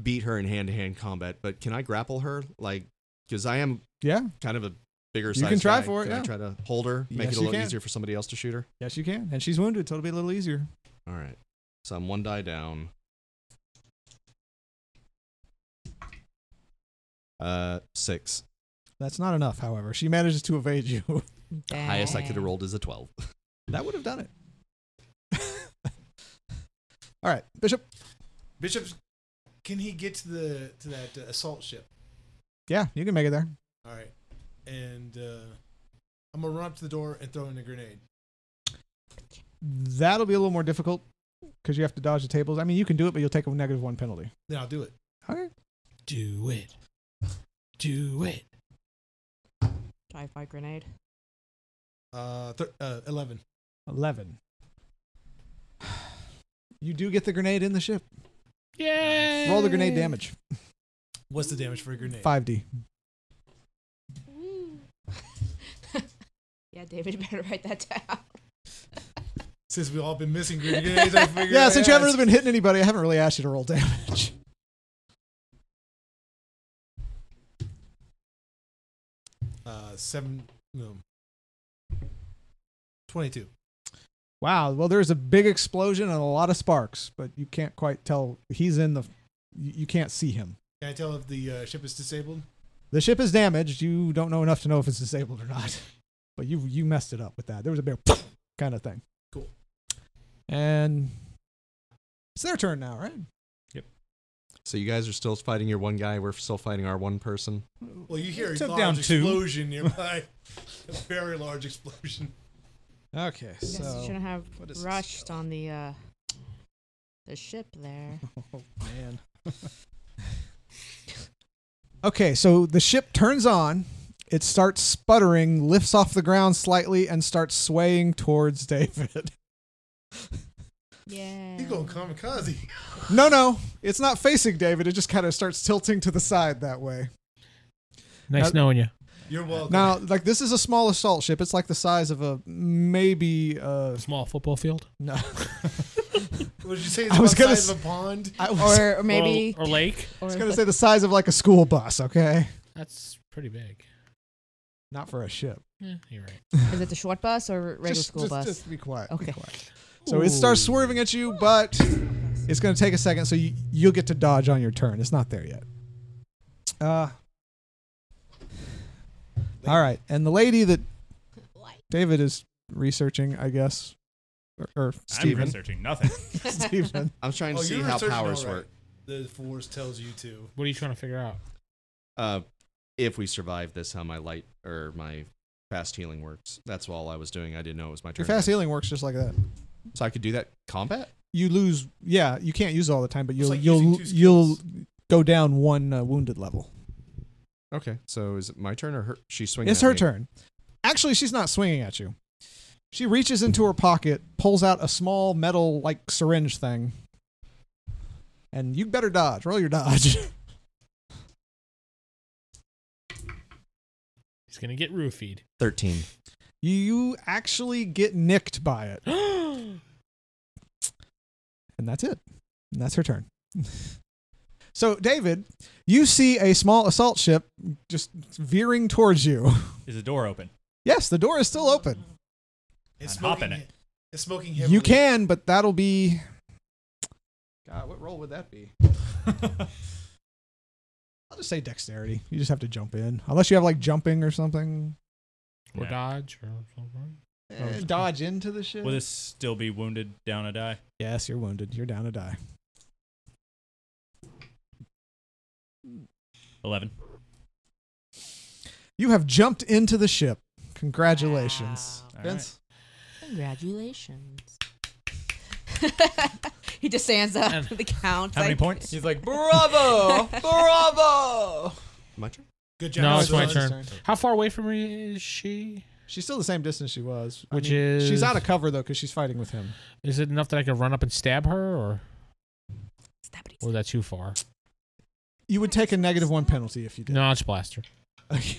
S4: beat her in hand-to-hand combat, but can I grapple her? Like, because I am
S1: Yeah.
S4: kind of a bigger
S1: You
S4: size.
S1: can try
S4: guy.
S1: for it,
S4: Can
S1: yeah.
S4: I try to hold her, make
S1: Yes,
S4: it a
S1: you
S4: little
S1: can.
S4: easier for somebody else to shoot her.
S1: Yes, you can. And she's wounded, so it'll be a little easier.
S4: All right. So I'm one die down. Uh, six.
S1: That's not enough, however. She manages to evade you.
S4: Highest I could have
S8: Dang.
S4: rolled is a twelve.
S1: that would have done it. All right, Bishop.
S6: Bishops, can he get to the to that uh, assault ship?
S1: Yeah, you can make it there.
S6: All right, and uh, I'm gonna run up to the door and throw in a grenade.
S1: That'll be a little more difficult because you have to dodge the tables. I mean, you can do it, but you'll take a negative one penalty.
S6: Then I'll do it.
S1: Okay.
S3: Do it. Do it.
S8: Sci-fi grenade.
S6: Uh, thir- uh, eleven.
S1: 11. You do get the grenade in the ship.
S3: Yay!
S1: Roll the grenade damage.
S6: What's the damage for a grenade?
S1: 5D.
S8: Woo. yeah, David, you better write that down.
S6: Since we've all been missing grenades, I figured.
S1: Yeah,
S6: I'd
S1: since you haven't
S6: ask.
S1: really been hitting anybody, I haven't really asked you to roll damage.
S6: Uh, seven. No. Twenty-two.
S1: Wow. Well, there's a big explosion and a lot of sparks, but you can't quite tell. He's in the. You you can't see him.
S6: Can I tell if the uh, ship is disabled?
S1: The ship is damaged. You don't know enough to know if it's disabled or not. But you you messed it up with that. There was a big kind of thing.
S6: Cool.
S1: And it's their turn now, right?
S4: So you guys are still fighting your one guy. We're still fighting our one person.
S6: Well, you hear a
S5: Took
S6: large
S5: down two.
S6: explosion nearby. a very large explosion.
S1: Okay.
S8: Guess you
S1: So
S8: shouldn't have
S1: what is this
S8: rushed on the uh the ship there.
S1: Oh man. okay, so the ship turns on. It starts sputtering, lifts off the ground slightly, and starts swaying towards David.
S8: Yeah.
S6: He's going kamikaze.
S1: no, no, it's not facing David. It just kind of starts tilting to the side that way.
S3: Nice
S1: Uh,
S3: knowing you.
S6: You're welcome.
S1: Now, like this is a small assault ship. It's like the size of a maybe. Uh,
S3: Small football field.
S1: no,
S6: What did you
S1: I
S6: say? It's
S1: was
S6: was
S1: gonna
S6: going of a pond.
S1: I was,
S8: Or, or maybe.
S3: or, or lake.
S1: I
S8: Or,
S1: was gonna say the size of like a school bus. Okay,
S3: That's pretty big.
S1: not for a ship.
S3: Yeah, you're right.
S8: is it the short bus or regular
S1: just,
S8: school
S1: just-
S8: bus?
S1: Just be quiet.
S8: Okay.
S1: Be quiet. So it starts swerving at you, but it's going to take a second, so you, you'll get to dodge on your turn. It's not there yet. Uh, all right. And the lady that David is researching, I guess, or, or
S5: I'm
S1: Stephen.
S5: researching nothing.
S1: Stephen.
S4: I'm trying to
S6: Oh,
S4: see
S6: you're
S4: how
S6: researching
S4: powers
S6: all right.
S4: work.
S6: The force tells you to.
S3: What are you trying to figure out?
S4: Uh, if we survive this, how my light or my fast healing works. That's all I was doing. I didn't know it was my turn.
S1: Your fast healing works just like that.
S4: So I could do that combat.
S1: You lose. Yeah, you can't use it all the time, but you'll
S6: like using
S1: you'll
S6: two
S1: you'll
S6: skills.
S1: go down one uh, wounded level.
S4: Okay. So is it my turn or her? She swinging.
S1: it's
S4: at
S1: her
S4: me.
S1: turn. Actually, she's not swinging at you. She reaches into her pocket, pulls out a small metal like syringe thing, and you better dodge. Roll your dodge.
S3: He's gonna get roofied.
S4: Thirteen.
S1: you actually get nicked by it, and that's it. And that's her turn. So, David, you see a small assault ship just veering towards you.
S5: Is the door open?
S1: Yes, the door is still open.
S6: It's
S5: I'm hopping
S6: smoking- It's smoking heavily.
S1: You can, but that'll be. God, what roll would that be? I'll just say dexterity. You just have to jump in, unless you have like jumping or something.
S3: Or
S5: Yeah.
S3: dodge or something.
S1: Eh, dodge into the ship.
S5: Will this still be wounded down a die?
S1: yes, you're wounded. You're down to die.
S5: 11.
S1: You have jumped into the ship. Congratulations,
S5: Wow.
S1: Vince.
S8: Congratulations. he just stands up
S3: And
S8: to the count.
S5: How many
S8: like,
S5: points?
S2: He's like, bravo, bravo.
S4: My turn?
S6: Good job.
S3: No,
S1: now
S3: it's
S1: it's
S3: my
S1: Elizabeth's
S3: turn.
S1: turn.
S3: How far away from me is she?
S1: She's still the same distance she was, I
S3: Which
S1: mean, she's
S3: is-
S1: out of cover though because she's fighting with him.
S3: Is it enough that I could run up and stab her, or
S8: Stab it,
S3: or is that too far?
S1: You would take a negative one penalty if you did.
S3: No, I'll just blast her.
S1: Okay.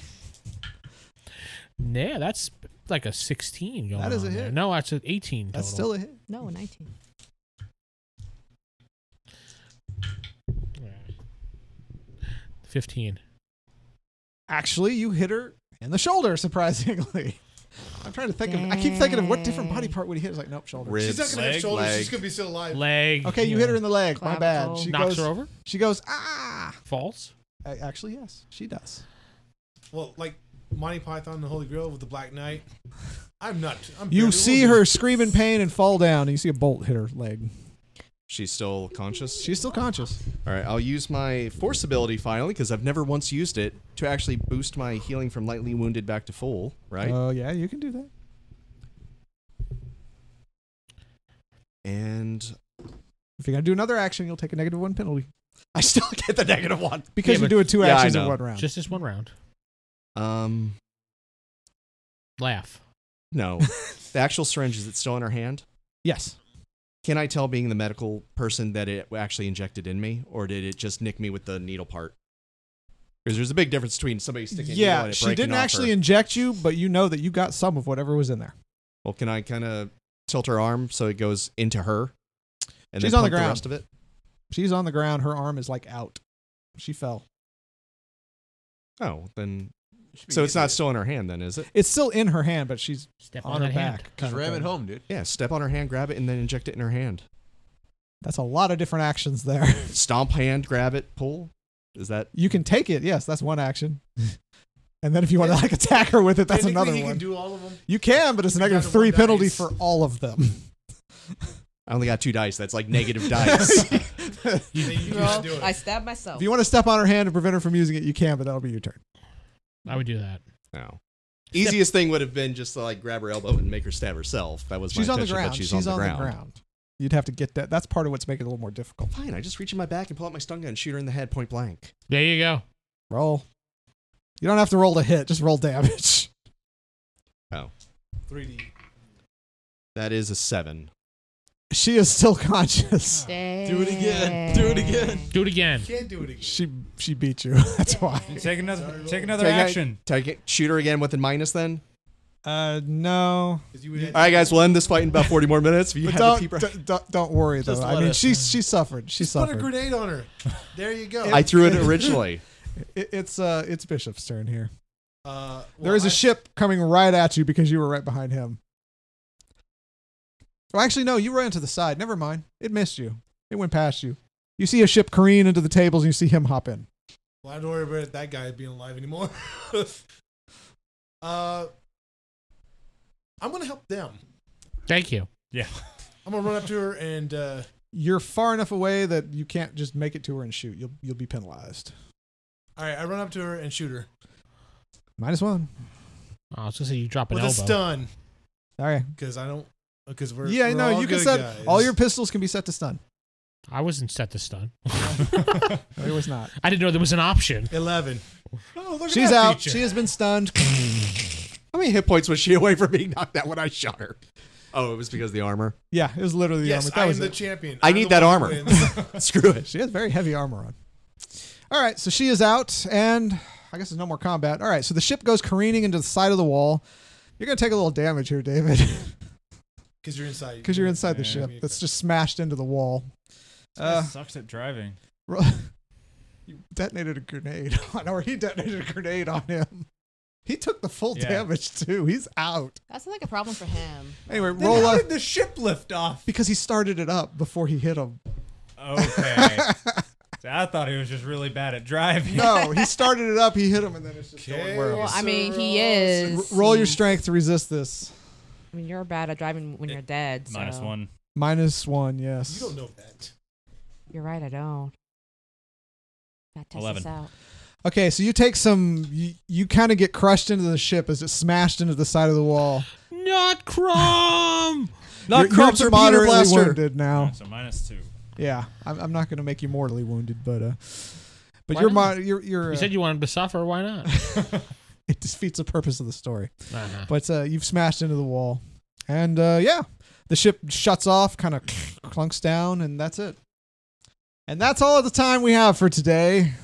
S3: Yeah, that's like a 16 going
S1: That is a
S3: on there.
S1: hit.
S3: No, that's an 18
S1: That's still
S3: total.
S1: a hit.
S8: No, 19.
S3: still... 15.
S1: Actually, you hit her in the shoulder. Surprisingly, I'm trying to think of. I keep thinking of what different body
S8: Dang.
S1: part would he hit. It's like nope, shoulder.
S4: Ribs.
S6: She's not gonna
S5: Leg,
S6: have shoulders.
S4: leg.
S6: She's gonna be still alive.
S3: Leg.
S1: Okay, you hit her in the leg. My bad.
S8: Clavicle.
S1: She
S3: Knocks
S1: goes.
S3: her over?
S1: She goes. Ah.
S3: Falls?
S1: A- Actually, yes, she does.
S6: Well, like Monty Python and the Holy Grail with the Black Knight. I'm not. I'm
S1: You
S6: barely
S1: see
S6: wounded.
S1: her scream in pain and fall down, and you see a bolt hit her leg.
S4: She's still conscious.
S1: She's still conscious.
S4: All right, I'll use my force ability finally because I've never once used it to actually boost my healing from lightly wounded back to full. Right,
S1: Oh yeah, you can do that.
S4: and
S1: If you're gonna do another action, you'll take a negative one penalty. I still get the negative one because
S3: Yeah,
S1: you're
S3: but-
S1: doing two
S4: Yeah, I
S1: actions in
S4: know.
S1: one round.
S3: Just this one round.
S4: um,
S3: Laugh.
S4: no, the actual syringe is it still in her hand?
S1: yes.
S4: Can I tell, being the medical person, that it actually injected in me, or did it just nick me with the needle part? Because there's a big difference between somebody sticking. a needle
S1: Yeah,
S4: and it
S1: she
S4: breaking
S1: didn't
S4: off her.
S1: actually inject you, but you know that you got some of whatever was in there.
S4: Well, can I kind of tilt her arm so it goes into her? And
S1: She's
S4: then
S1: on the
S4: pump
S1: ground.
S4: rest of it.
S1: She's on the ground. Her arm is like out. She fell.
S4: Oh, then so it's not still in her hand, then is it?
S1: It's still in her hand, but she's
S3: Step
S1: on,
S3: on,
S1: her
S3: that hand.
S1: back.
S6: Just
S1: kinda
S6: ram it
S1: thing.
S6: home, dude.
S4: Yeah, step on her hand, grab it, and then inject it in her hand.
S1: That's a lot of different actions there.
S4: Stomp hand, grab it, pull. Is that
S1: You can take it. Yes, that's one action. and then if you want to like attack her with it, that's
S6: Technically,
S1: another
S6: he
S1: one.
S6: can do all of them.
S1: you can, but it's a
S6: He
S1: negative
S6: got a
S1: three
S6: one
S1: penalty
S6: dice.
S1: for all of them.
S4: I only got two dice. That's like negative dice.
S6: You, you
S8: Roll.
S6: can do it.
S8: I stabbed myself.
S1: if you want to step on her hand and prevent her from using it, you can, but that'll be your turn.
S3: I would do that.
S4: No. Easiest thing would have been just to like grab her elbow and make her stab herself. That was my
S1: She's on the
S4: intention, but
S1: ground.
S4: She's, on, the, ground.
S1: You'd have to get that. That's part of what's making it a little more difficult.
S4: Fine, I just reach in my back and pull out my stun gun and shoot her in the head point blank.
S3: There you go.
S1: Roll. You don't have to roll to hit. Just roll damage.
S6: 3D.
S4: That is a seven.
S1: She is still conscious.
S8: Do
S6: it again. Do it again.
S3: Do it again.
S6: Can't do it again.
S1: She she beat you. That's why.
S5: Take another, take another
S4: Take a-
S5: action.
S4: Take it, shoot her again with a minus then.
S1: Uh no.
S6: 'Cause you would have-
S4: All right, guys, we'll end this fight in about 40 more minutes. If you
S1: But
S4: had to
S1: don't,
S4: keep her-
S1: don't- don't don't worry though.
S6: Just
S1: I
S6: let
S1: mean,
S6: us-
S1: she she suffered. She
S6: Just put a
S1: suffered.
S6: grenade on her. There you go.
S4: I threw it originally.
S1: It, it's uh it's Bishop's turn here.
S6: Uh, well,
S1: there is a
S6: I-
S1: ship coming right at you because you were right behind him. Well, actually, no, you ran to the side. Never mind. It missed you. It went past you. You see a ship careen into the tables and you see him hop in.
S6: Well, I don't worry about that guy being alive anymore. uh, I'm gonna help them.
S3: Thank you.
S6: I'm gonna run up to her and uh,
S1: You're far enough away that you can't just make it to her and shoot. You'll you'll be penalized.
S6: all right, I run up to her and shoot her
S1: Minus one.
S3: Oh, I was going to say you drop an
S6: with a
S3: elbow.
S6: stun
S1: All right.
S6: because I don't because we're
S1: yeah,
S6: we're
S1: no,
S6: all
S1: you can
S6: good
S1: set
S6: guys.
S1: all your pistols can be set to stun.
S3: I wasn't set to stun.
S1: No, it was not.
S3: I didn't know there was an option.
S6: eleven.
S1: Oh, She's out. She has been stunned.
S4: How many hit points was she away from being knocked out when I shot her? Oh, it was because of the armor.
S1: yeah, it was literally the
S6: Yes,
S1: armor. That
S6: I am
S1: was
S6: the
S1: it.
S6: champion.
S4: I
S6: I'm
S4: need
S6: the
S4: that
S6: one who
S4: armor.
S6: wins.
S4: Screw it.
S1: She has very heavy armor on. All right, so she is out, and I guess there's no more combat. All right, so the ship goes careening into the side of the wall. You're gonna take a little damage here, David,
S6: Because you're inside.
S1: because you're inside the ship. That's just smashed into the wall. Uh,
S5: sucks at driving.
S1: Ro- you detonated a grenade on, or he detonated a grenade on him. He took the full
S5: Yeah.
S1: damage too. He's out.
S9: That's like a problem for him.
S1: Anyway,
S2: Then
S1: roll
S2: how
S1: up
S2: did the ship lift off?
S1: because he started it up before he hit him.
S5: Okay. See, I thought he was just really bad at driving.
S1: No, he started it up. He hit him, and then it's just
S6: Okay.
S1: going wherever.
S9: Well, I mean, he
S1: R-
S9: is.
S1: roll your strength to resist this.
S8: I mean, you're bad at driving when you're dead. So.
S5: Minus one.
S1: Minus one, yes.
S6: You don't know that.
S8: You're right. I don't.
S9: Gotta test
S5: Eleven.
S9: this out.
S1: Okay, so you take some. You, you kind of get crushed into the ship as it smashed into the side of the wall.
S3: Not crumb.
S1: You're- you're
S4: Crump, Torpedo
S1: moderately
S4: Blaster.
S1: wounded now.
S5: So minus two.
S1: Yeah, I'm, I'm not going to make you mortally wounded, but uh, but
S3: Why
S1: you're
S3: not?
S1: mo- you're you're.
S3: You
S1: uh,
S3: said you wanted to suffer. Why not?
S1: it defeats the purpose of the story.
S3: Uh-huh.
S1: But uh, you've smashed into the wall, and uh, yeah, the ship shuts off, kind of clunks down, and that's it. And that's all the time we have for today.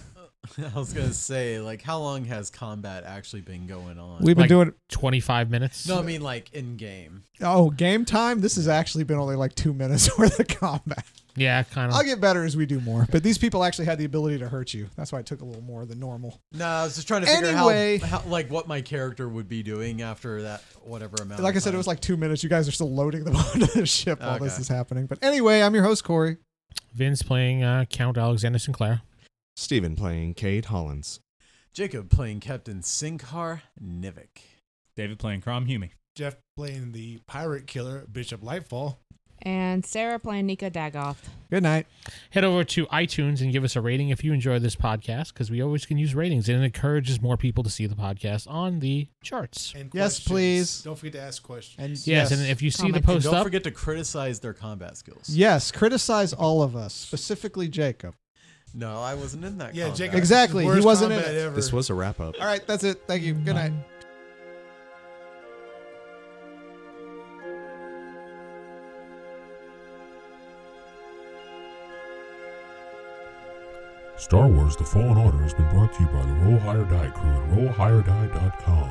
S2: I was gonna say, like, how long has combat actually been going on?
S1: We've been
S3: Like-
S1: doing
S3: Twenty-five minutes.
S2: no, I mean like in game.
S1: oh game time. This has actually been only like two minutes worth of combat.
S3: yeah, kind of.
S1: I'll get better as we do more. But these people actually had the ability to hurt you. That's why it took a little more than normal.
S2: No, I was just trying to figure
S1: Anyway.
S2: out how, how, like, what my character would be doing after that, whatever amount.
S1: Like
S2: of
S1: I said, it
S2: time.
S1: was like two minutes. You guys are still loading them onto the ship while this
S2: Okay.
S1: is happening. But anyway, I'm your host Corey.
S3: Vin's playing uh, Count Alexander Sinclair.
S4: Steven playing Cade Hollins.
S2: Jacob playing Captain Sinkar Nivik.
S5: David playing Crom Hume.
S6: Jeff playing the pirate killer, Bishop Lightfall.
S8: And Sarah playing Nika Dagoff.
S1: Good night.
S3: Head over to iTunes and give us a rating if you enjoy this podcast, because we always can use ratings and it encourages more people to see the podcast on the charts.
S6: And
S1: Yes,
S6: questions.
S1: please.
S6: Don't forget to ask questions.
S1: And
S3: Yes, and if you see the
S8: Comment.
S3: post
S2: Don't
S3: up,
S2: forget to criticize their combat skills.
S1: Yes, criticize all of us, specifically Jacob.
S2: No, I wasn't in that.
S6: Yeah,
S2: combat.
S6: Jacob.
S1: Exactly, he
S6: Worst
S1: wasn't in
S6: combat
S1: it.
S6: Ever.
S4: This was a wrap up.
S1: All right, that's it. Thank you. Good night.
S10: Star Wars The Fallen Order has been brought to you by the Roll Higher Die crew at rollhigherdie.com.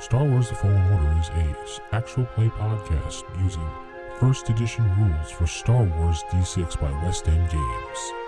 S10: Star Wars The Fallen Order is a s- actual play podcast using first edition rules for Star Wars D6 by West End Games.